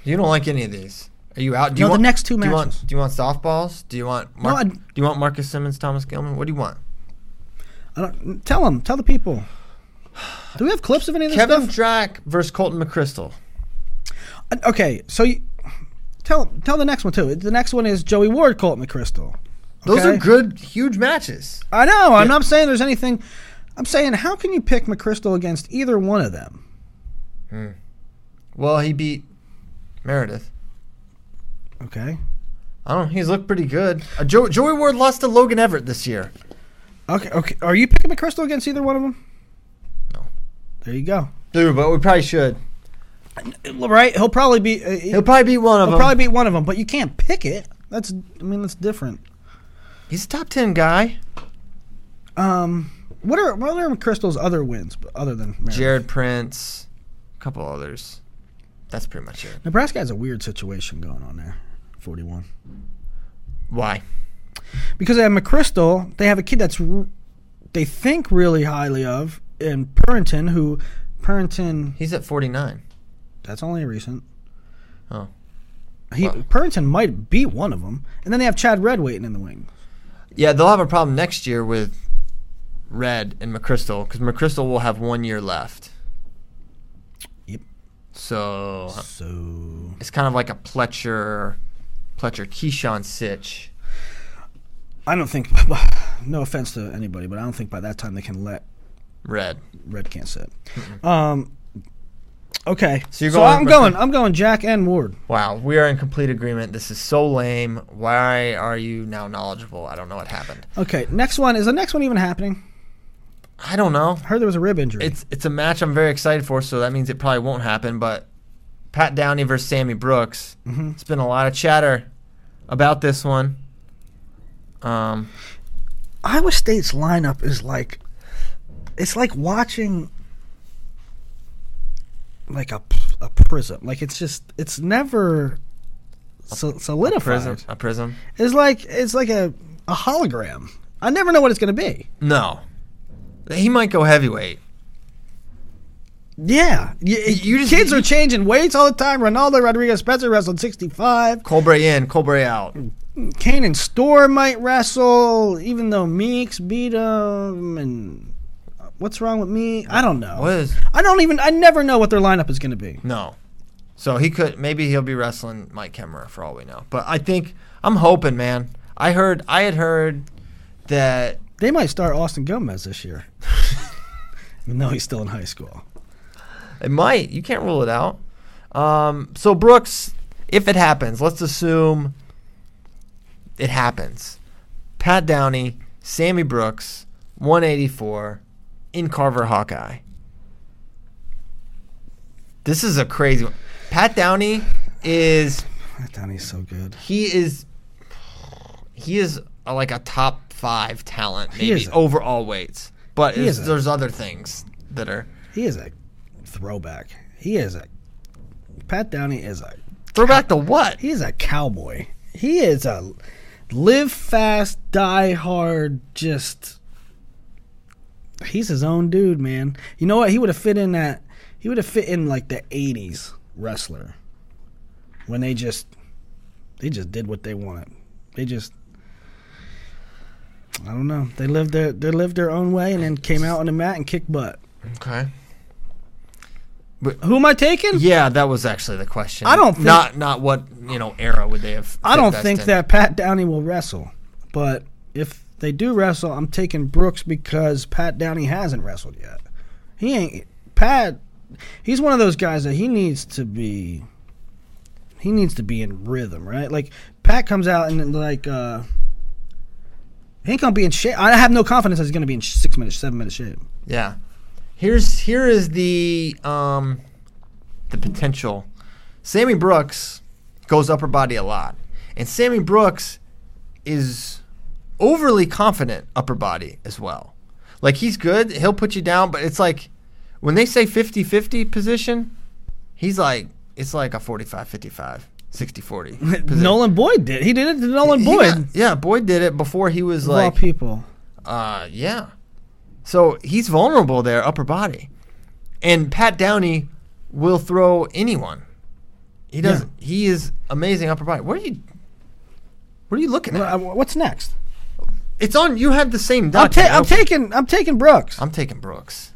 A: You don't like any of these. Are you out? Do
B: No,
A: you
B: the
A: want,
B: next two
A: do you want-
B: matches.
A: do you want softballs? Do you want Mar-
B: I-
A: Do you want Marcus Simmons, Thomas Gilman? What do you want?
B: I don't tell them. Tell the people. Do we have clips of any of this
A: Kevin
B: stuff?
A: Drack versus Colton McChrystal.
B: Uh, Okay, so you, tell tell the next one too. The next one is Joey Ward, Colt McChrystal.
A: Those
B: Okay?
A: are good, huge matches.
B: I know. I'm not saying there's anything. I'm saying how can you pick McChrystal against either one of them?
A: Well, he beat Meredith.
B: Okay.
A: I don't. know. He's looked pretty good. Uh, jo- Joey Ward lost to Logan Everett this year.
B: Okay. Okay. Are you picking McChrystal against either one of them?
A: No.
B: There you go.
A: Dude, but we probably should.
B: right? He'll probably be. Uh,
A: He'll probably be one of
B: he'll
A: them.
B: probably be one of them, but you can't pick it. That's. I mean, that's different.
A: He's a top ten guy.
B: Um, what are what are Crystal's other wins b- other than Maryland?
A: Jared Prince, a couple others. That's pretty much it.
B: Nebraska has a weird situation going on there. Forty-one
A: Why?
B: because they have McChrystal. They have a kid that's r- they think really highly of, and Purinton, who Purinton
A: He's at forty nine.
B: that's only recent.
A: Oh.
B: He Purinton might be one of them, and then they have Chad Red waiting in the wing.
A: Yeah, they'll have a problem next year with Red and McChrystal because McChrystal will have one year left.
B: Yep.
A: So
B: So
A: it's kind of like a Pletcher, Pletcher Keyshawn sitch.
B: I don't think. [LAUGHS] No offense to anybody, but I don't think by that time they can let
A: Red.
B: Red can't sit. Um, okay,
A: So
B: so,
A: you're going
B: I'm
A: with
B: going.
A: Brooklyn?
B: I'm going Jack and Ward.
A: Wow, we are in complete agreement. This is so lame. Why are you now knowledgeable? I don't know what happened.
B: Okay, next one is the next one even happening?
A: I don't know.
B: I heard there was a rib injury.
A: It's it's a match I'm very excited for, so that means it probably won't happen. But Pat Downey versus Sammy Brooks. It's been a lot of chatter about this one. Um,
B: Iowa State's lineup is like, it's like watching like a p- a prism. Like it's just it's never so, solidified.
A: prism, a prism.
B: It's like it's like a a hologram. I never know what it's gonna be.
A: No, he might go heavyweight.
B: Yeah, you,
A: You just-
B: kids
A: you-
B: are changing weights all the time. Ronaldo Rodriguez Spencer wrestled 65.
A: Colbray in, Colbray out.
B: Kane and Storm might wrestle, even though Meeks beat him. And uh, what's wrong with me? I don't know.
A: What is
B: I don't even. I never know what their lineup is going to be.
A: no? So he could maybe he'll be wrestling Mike Kemmerer for all we know. But I think I'm hoping, man. I heard I had heard that
B: They might start Austin Gomez this year. [LAUGHS] even though he's still in high school.
A: It might. You can't rule it out. Um, so Brooks, if it happens, let's assume it happens. Pat Downey, Sammy Brooks, 184 in Carver Hawkeye. This is a crazy one. Pat Downey is
B: That Downey's so good.
A: he is he is a, like a top five talent
B: He
A: maybe
B: is a-
A: overall weights, but
B: He
A: it's-
B: is a-
A: there's other things that are
B: He is a throwback. He is a Pat Downey is a
A: throwback to what
B: he is a cowboy. He is a live fast, die hard. Just he's his own dude, man. You know what? He would have fit in that. He would have fit in like the '80s wrestler when they just they just did what they wanted. They just I don't know. They lived their they lived their own way and then came out on the mat and kicked butt.
A: okay.
B: Who am I taking?
A: Yeah, that was actually the question.
B: I don't think-
A: not not what you know era would they have.
B: I
A: fit
B: don't
A: best
B: think
A: in.
B: that Pat Downey will wrestle, but if they do wrestle, I'm taking Brooks because Pat Downey hasn't wrestled yet. He ain't Pat. He's one of those guys that he needs to be. He needs to be in rhythm, right? Like Pat comes out and then, like uh, he ain't gonna be in shape. I have no confidence that he's gonna be in sh- six minutes, seven minute shape.
A: Yeah, here's here is the um the potential. Sammy Brooks goes upper body a lot, and Sammy Brooks is overly confident upper body as well. Like he's good, he'll put you down, but it's like when they say 50-50 position, he's like it's like a 45-55,
B: [LAUGHS]
A: 60-40. position.
B: Nolan Boyd did. He did it to Nolan
A: He
B: Boyd.
A: got- yeah, Boyd did it before he was
B: Of all
A: like,
B: people.
A: uh, yeah. So he's vulnerable there, upper body, and Pat Downey will throw anyone. He does. not He is amazing upper body. What are you? What are you looking
B: Uh,
A: at?
B: What's next?
A: It's on. You had the same.
B: I'm, ta-
A: document
B: I'm
A: open.
B: taking. I'm taking Brooks.
A: I'm taking Brooks.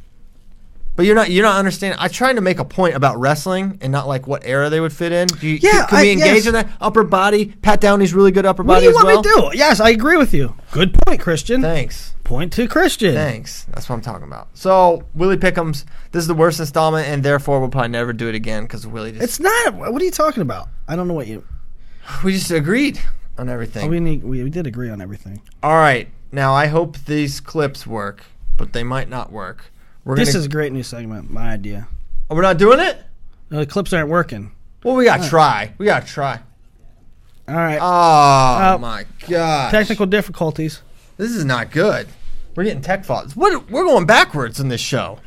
A: But you're not. You're not understanding. I trying to make a point about wrestling and not like what era they would fit in. Do you,
B: Yeah,
A: can we
B: I-
A: engage
B: yes.
A: in that upper body? Pat Downey's really good upper
B: What
A: body
B: do you
A: as
B: want
A: well.
B: me to do? Yes, I agree with you. Good point, Christian.
A: Thanks.
B: Point to Christian.
A: Thanks. That's what I'm talking about. So Willie Pickums, this is the worst installment, and therefore we'll probably never do it again because Willie just
B: It's not. What are you talking about? I don't know what you.
A: we just agreed on
B: oh,
A: everything.
B: We need. We, we did agree on everything.
A: All right. Now I hope these clips work, but they might not work. We're
B: This
A: gonna,
B: is a great new segment. My idea.
A: Oh, we're not doing it.
B: No, the clips aren't working.
A: Well, we gotta try. We gotta try.
B: All right.
A: Oh my god.
B: Technical difficulties.
A: This is not good. We're getting tech faults. What? We're going backwards in this show.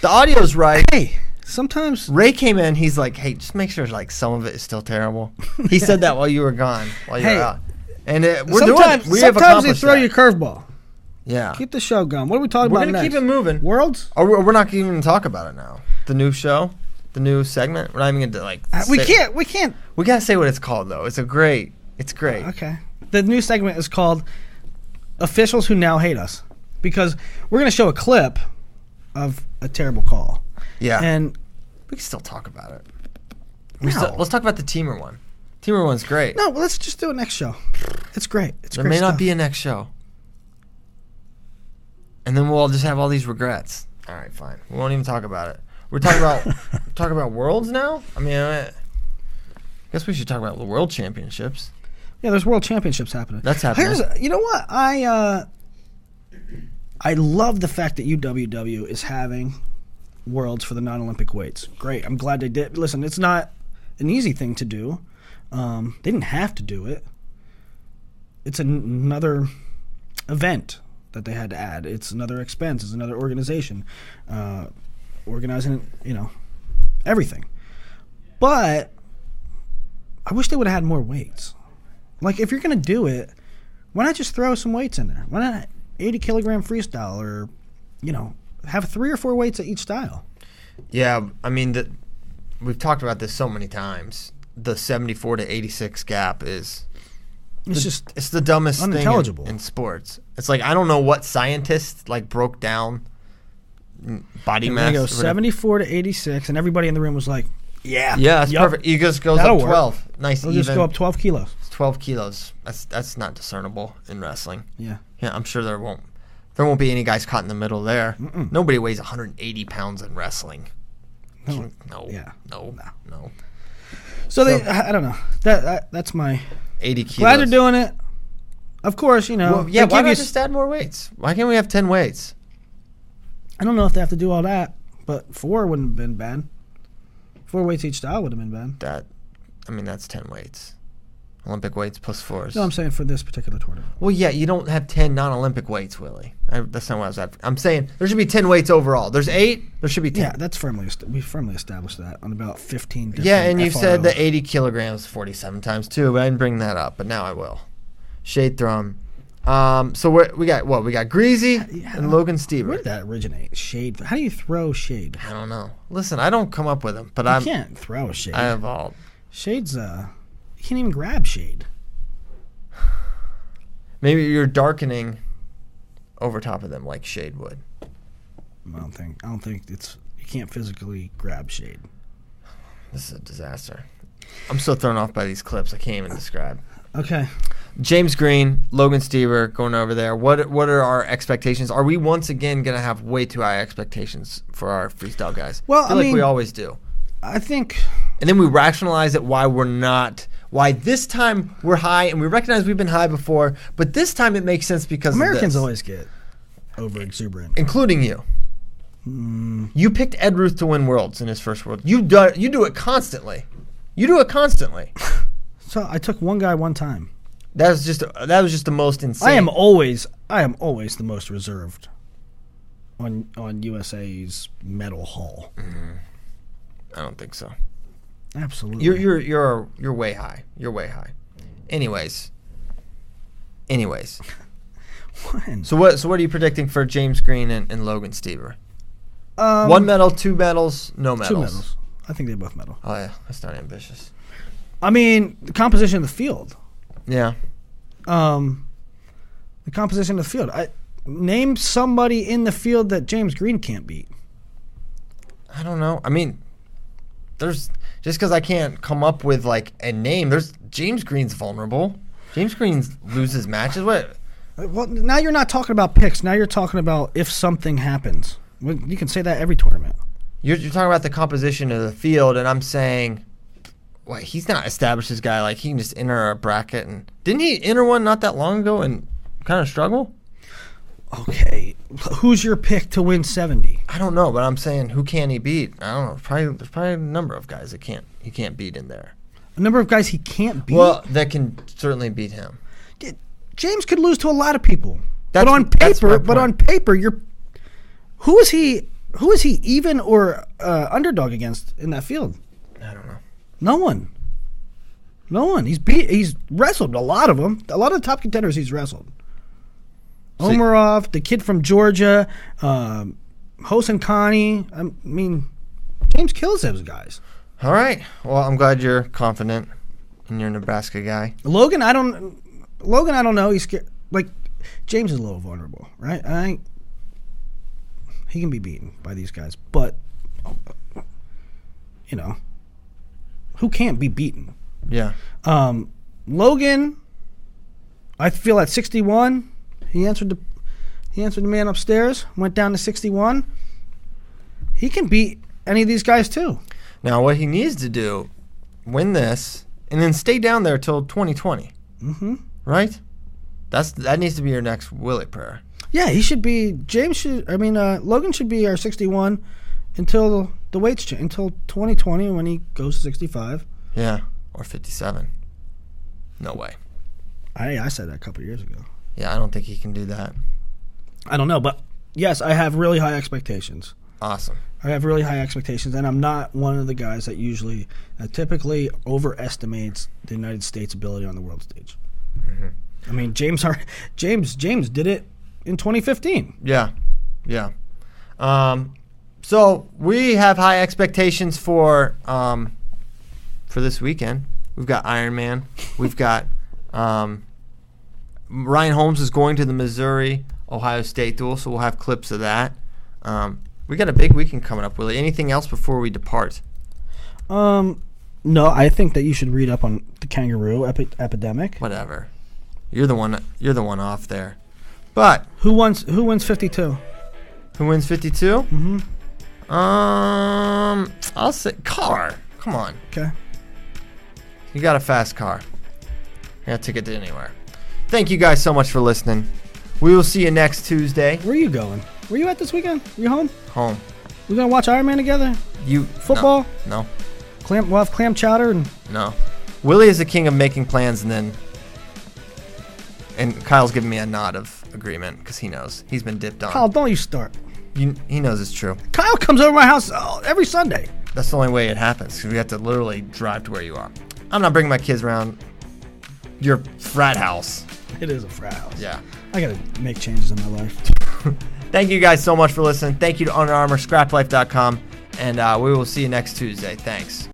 A: The audio's right.
B: Hey, sometimes
A: Ray came in. He's like, "Hey, just make sure like some of it is still terrible." He said that while you were gone, while you
B: Hey.
A: were out. And uh we're
B: sometimes,
A: doing. it. We have
B: sometimes they
A: accomplished
B: throw
A: that.
B: you a curveball.
A: Yeah.
B: Keep the show going. What are we talking
A: We're
B: about
A: gonna keep
B: next?
A: it moving.
B: Worlds?
A: Are we, we're not gonna even talk about it now. The new show, the new segment. We're not even gonna like.
B: Uh, we
A: say-
B: can't. We can't.
A: We gotta say what it's called though. It's a great. It's great.
B: Okay. The new segment is called "Officials Who Now Hate Us" because we're going to show a clip of a terrible call,
A: Yeah.
B: and
A: we can still talk about it. We still, let's talk about the teamer one. Teamer one's great.
B: no, let's just do it next show. It's great. It's
A: There
B: great
A: may not
B: stuff.
A: be a next show. And then we'll all just have all these regrets. All right, fine. We won't even talk about it. We're talking
B: [LAUGHS]
A: about talking about worlds now. I mean, I guess we should talk about the world championships.
B: Yeah, there's world championships happening.
A: That's happening.
B: Here's a- you know what? I uh, I love the fact that UWW is having worlds for the non-Olympic weights. Great. I'm glad they did. Listen, it's not an easy thing to do. Um, they didn't have to do it. It's an- another event that they had to add. It's another expense. It's another organization, uh, organizing. You know, everything. But I wish they would have had more weights. Like if you're gonna do it, why not just throw some weights in there? Why not eighty kilogram freestyle or, you know, have three or four weights at each style?
A: Yeah, I mean, the, we've talked about this so many times. The 74 to 86 gap is
B: It's just
A: it's the dumbest thing in,
B: Unintelligible.
A: in sports. It's like I don't know what scientists like broke down mm, body
B: I'm
A: mass.
B: gonna go
A: or whatever.
B: seventy four to eighty six, and everybody in the room was like, "Yeah,
A: Yeah, that's
B: yup,
A: perfect. He just goes
B: That'll
A: up
B: work.
A: 12. Nice
B: We'll
A: even.
B: just go up twelve kilos."
A: 12 kilos. That's that's not discernible in wrestling.
B: Yeah,
A: Yeah, I'm sure there won't there won't be any guys caught in the middle there. Nobody weighs 180 pounds in wrestling. No, no,
B: yeah.
A: no, no.
B: so, they, I I don't know. That, that that's my
A: 80 kilos.
B: glad they're doing it. Of course, you know.
A: Well, yeah,
B: they
A: why
B: give
A: not
B: you s-
A: just add more weights? Why can't we have 10 weights?
B: I don't know if they have to do all that, but four wouldn't have been bad. Four weights each style would have been bad.
A: That, I mean, that's 10 weights. Olympic weights plus fours.
B: No, I'm saying for this particular tournament.
A: well, yeah, you don't have 10 non-Olympic weights, Willie. I, that's not what I was at. I'm saying there should be 10 weights overall. There's eight. There should be 10.
B: Yeah, that's firmly est- we firmly established that on about fifteen. Different
A: Yeah, and you said
B: FROs.
A: the 80 kilograms 47 times too, but I didn't bring that up, but now I will. Shade Thrum. Um, so we're, we got what? We got Greasy and Logan
B: Where
A: Stever.
B: did that originate? Shade. How do you throw shade?
A: I don't know. Listen, I don't come up with them, but
B: You
A: I'm
B: can't throw shade.
A: I have all.
B: Shade's uh, you can't even grab shade.
A: Maybe you're darkening over top of them like shade would.
B: I don't think. I don't think it's. You can't physically grab shade.
A: This is a disaster. I'm so thrown off by these clips. I can't even describe.
B: Okay.
A: James Green, Logan Stever going over there. What what are our expectations? Are we once again going to have way too high expectations for our freestyle guys?
B: Well,
A: feel
B: I
A: like we
B: mean-
A: always do.
B: I think.
A: And then we rationalize it why we're not why this time we're high and we recognize we've been high before, but this time it makes sense because of
B: Americans
A: this,
B: always get over exuberant.
A: including you.
B: Hmm.
A: You picked Ed Ruth to win worlds in his first world. You do you do it constantly. You do it constantly.
B: So I took one guy one time.
A: That was just that was just the most insane.
B: I am always. I am always the most reserved. On on USA's medal haul.
A: I don't think so.
B: Absolutely.
A: You're you're you're you're way high. You're way high. Anyways. Anyways.
B: One.
A: So what so what are you predicting for James Green and, and Logan Stever?
B: Um,
A: One medal, two medals, no medals.
B: Two medals. I think they both medal.
A: Oh yeah, that's not ambitious.
B: I mean, the composition of the field.
A: Yeah.
B: Um, the composition of the field. I name somebody in the field that James Green can't beat.
A: I don't know. I mean, there's just because I can't come up with like a name. There's James Green's vulnerable. James Green loses matches. What?
B: Uh, Well, now you're not talking about picks. Now you're talking about if something happens. Well, You can say that every tournament.
A: You're, you're talking about the composition of the field, and I'm saying, wait, he's not established. This guy like he can just enter a bracket, and didn't he enter one not that long ago and kind of struggle?
B: Okay, who's your pick to win seventy?
A: I don't know, but I'm saying who can he beat? I don't know. Probably there's probably a number of guys that can't he can't beat in there.
B: A number of guys he can't beat.
A: Well, that can certainly beat him.
B: James could lose to a lot of people.
A: That's-
B: but on
A: that's my
B: paper,
A: point.
B: but on paper, you're who is he? Who is he even or uh, underdog against in that field?
A: I don't know.
B: No one. No one. He's beat. He's wrestled a lot of them. A lot of the top contenders he's wrestled. Omarov, the kid from Georgia, um, Hosen Connie. I mean, James kills those guys.
A: All right. Well, I'm glad you're confident in your Nebraska guy.
B: Logan, I don't. Logan, I don't know. He's scared. Like James is a little vulnerable, right? I. ain't- He can be beaten by these guys, but you know, who can't be beaten?
A: Yeah.
B: Um, Logan, I feel at 61, he answered the he answered the man upstairs. Went down to 61. He can beat any of these guys too.
A: Now, what he needs to do, win this, and then stay down there till 2020. Mm-hmm. Right? That's that needs to be your next Willie prayer.
B: Yeah, he should be. James should. I mean, uh, Logan should be our 61 until the weights change until 2020 when he goes to 65.
A: Yeah. Or 57. No way.
B: I I said that a couple years ago.
A: Yeah, I don't think he can do that.
B: I don't know, but yes, I have really high expectations.
A: Awesome.
B: I have really high expectations, and I'm not one of the guys that usually, that typically overestimates the United States' ability on the world stage. I mean, James, Har- [LAUGHS] James, James did it in 2015.
A: Yeah, yeah. Um, so we have high expectations for um, for this weekend. We've got Iron Man. We've got um, Ryan Holmes is going to the Missouri Ohio State duel, so we'll have clips of that. Um, we got a big weekend coming up, Willie. Anything else before we depart?
B: Um, no, I think that you should read up on the kangaroo epi- epidemic.
A: Whatever. You're the one. You're the one off there. But
B: Who wins? Who wins 52?
A: Who wins 52? Mm-hmm. Um, I'll say car. Come on.
B: Okay.
A: You got a fast car. You got a ticket to anywhere. Thank you guys so much for listening. We will see you next Tuesday.
B: Where are you going? Were you at this weekend? Were you home?
A: Home.
B: We're gonna watch Iron Man together.
A: You
B: Football?
A: No.
B: Clam, we'll have clam chowder and
A: No. no. Willie is the king of making plans and then and Kyle's giving me a nod of agreement because he knows he's been dipped on.
B: Kyle. Don't you start.
A: You- he knows it's true.
B: Kyle comes over to my house oh, every Sunday.
A: That's the only way it happens because we have to literally drive to where you are. I'm not bringing my kids around your frat house.
B: It is a frat house.
A: Yeah.
B: I gotta make changes in my life.
A: Thank you guys so much for listening. Thank you to Under Armour, ScrapLife.com, and uh, we will see you next Tuesday. Thanks.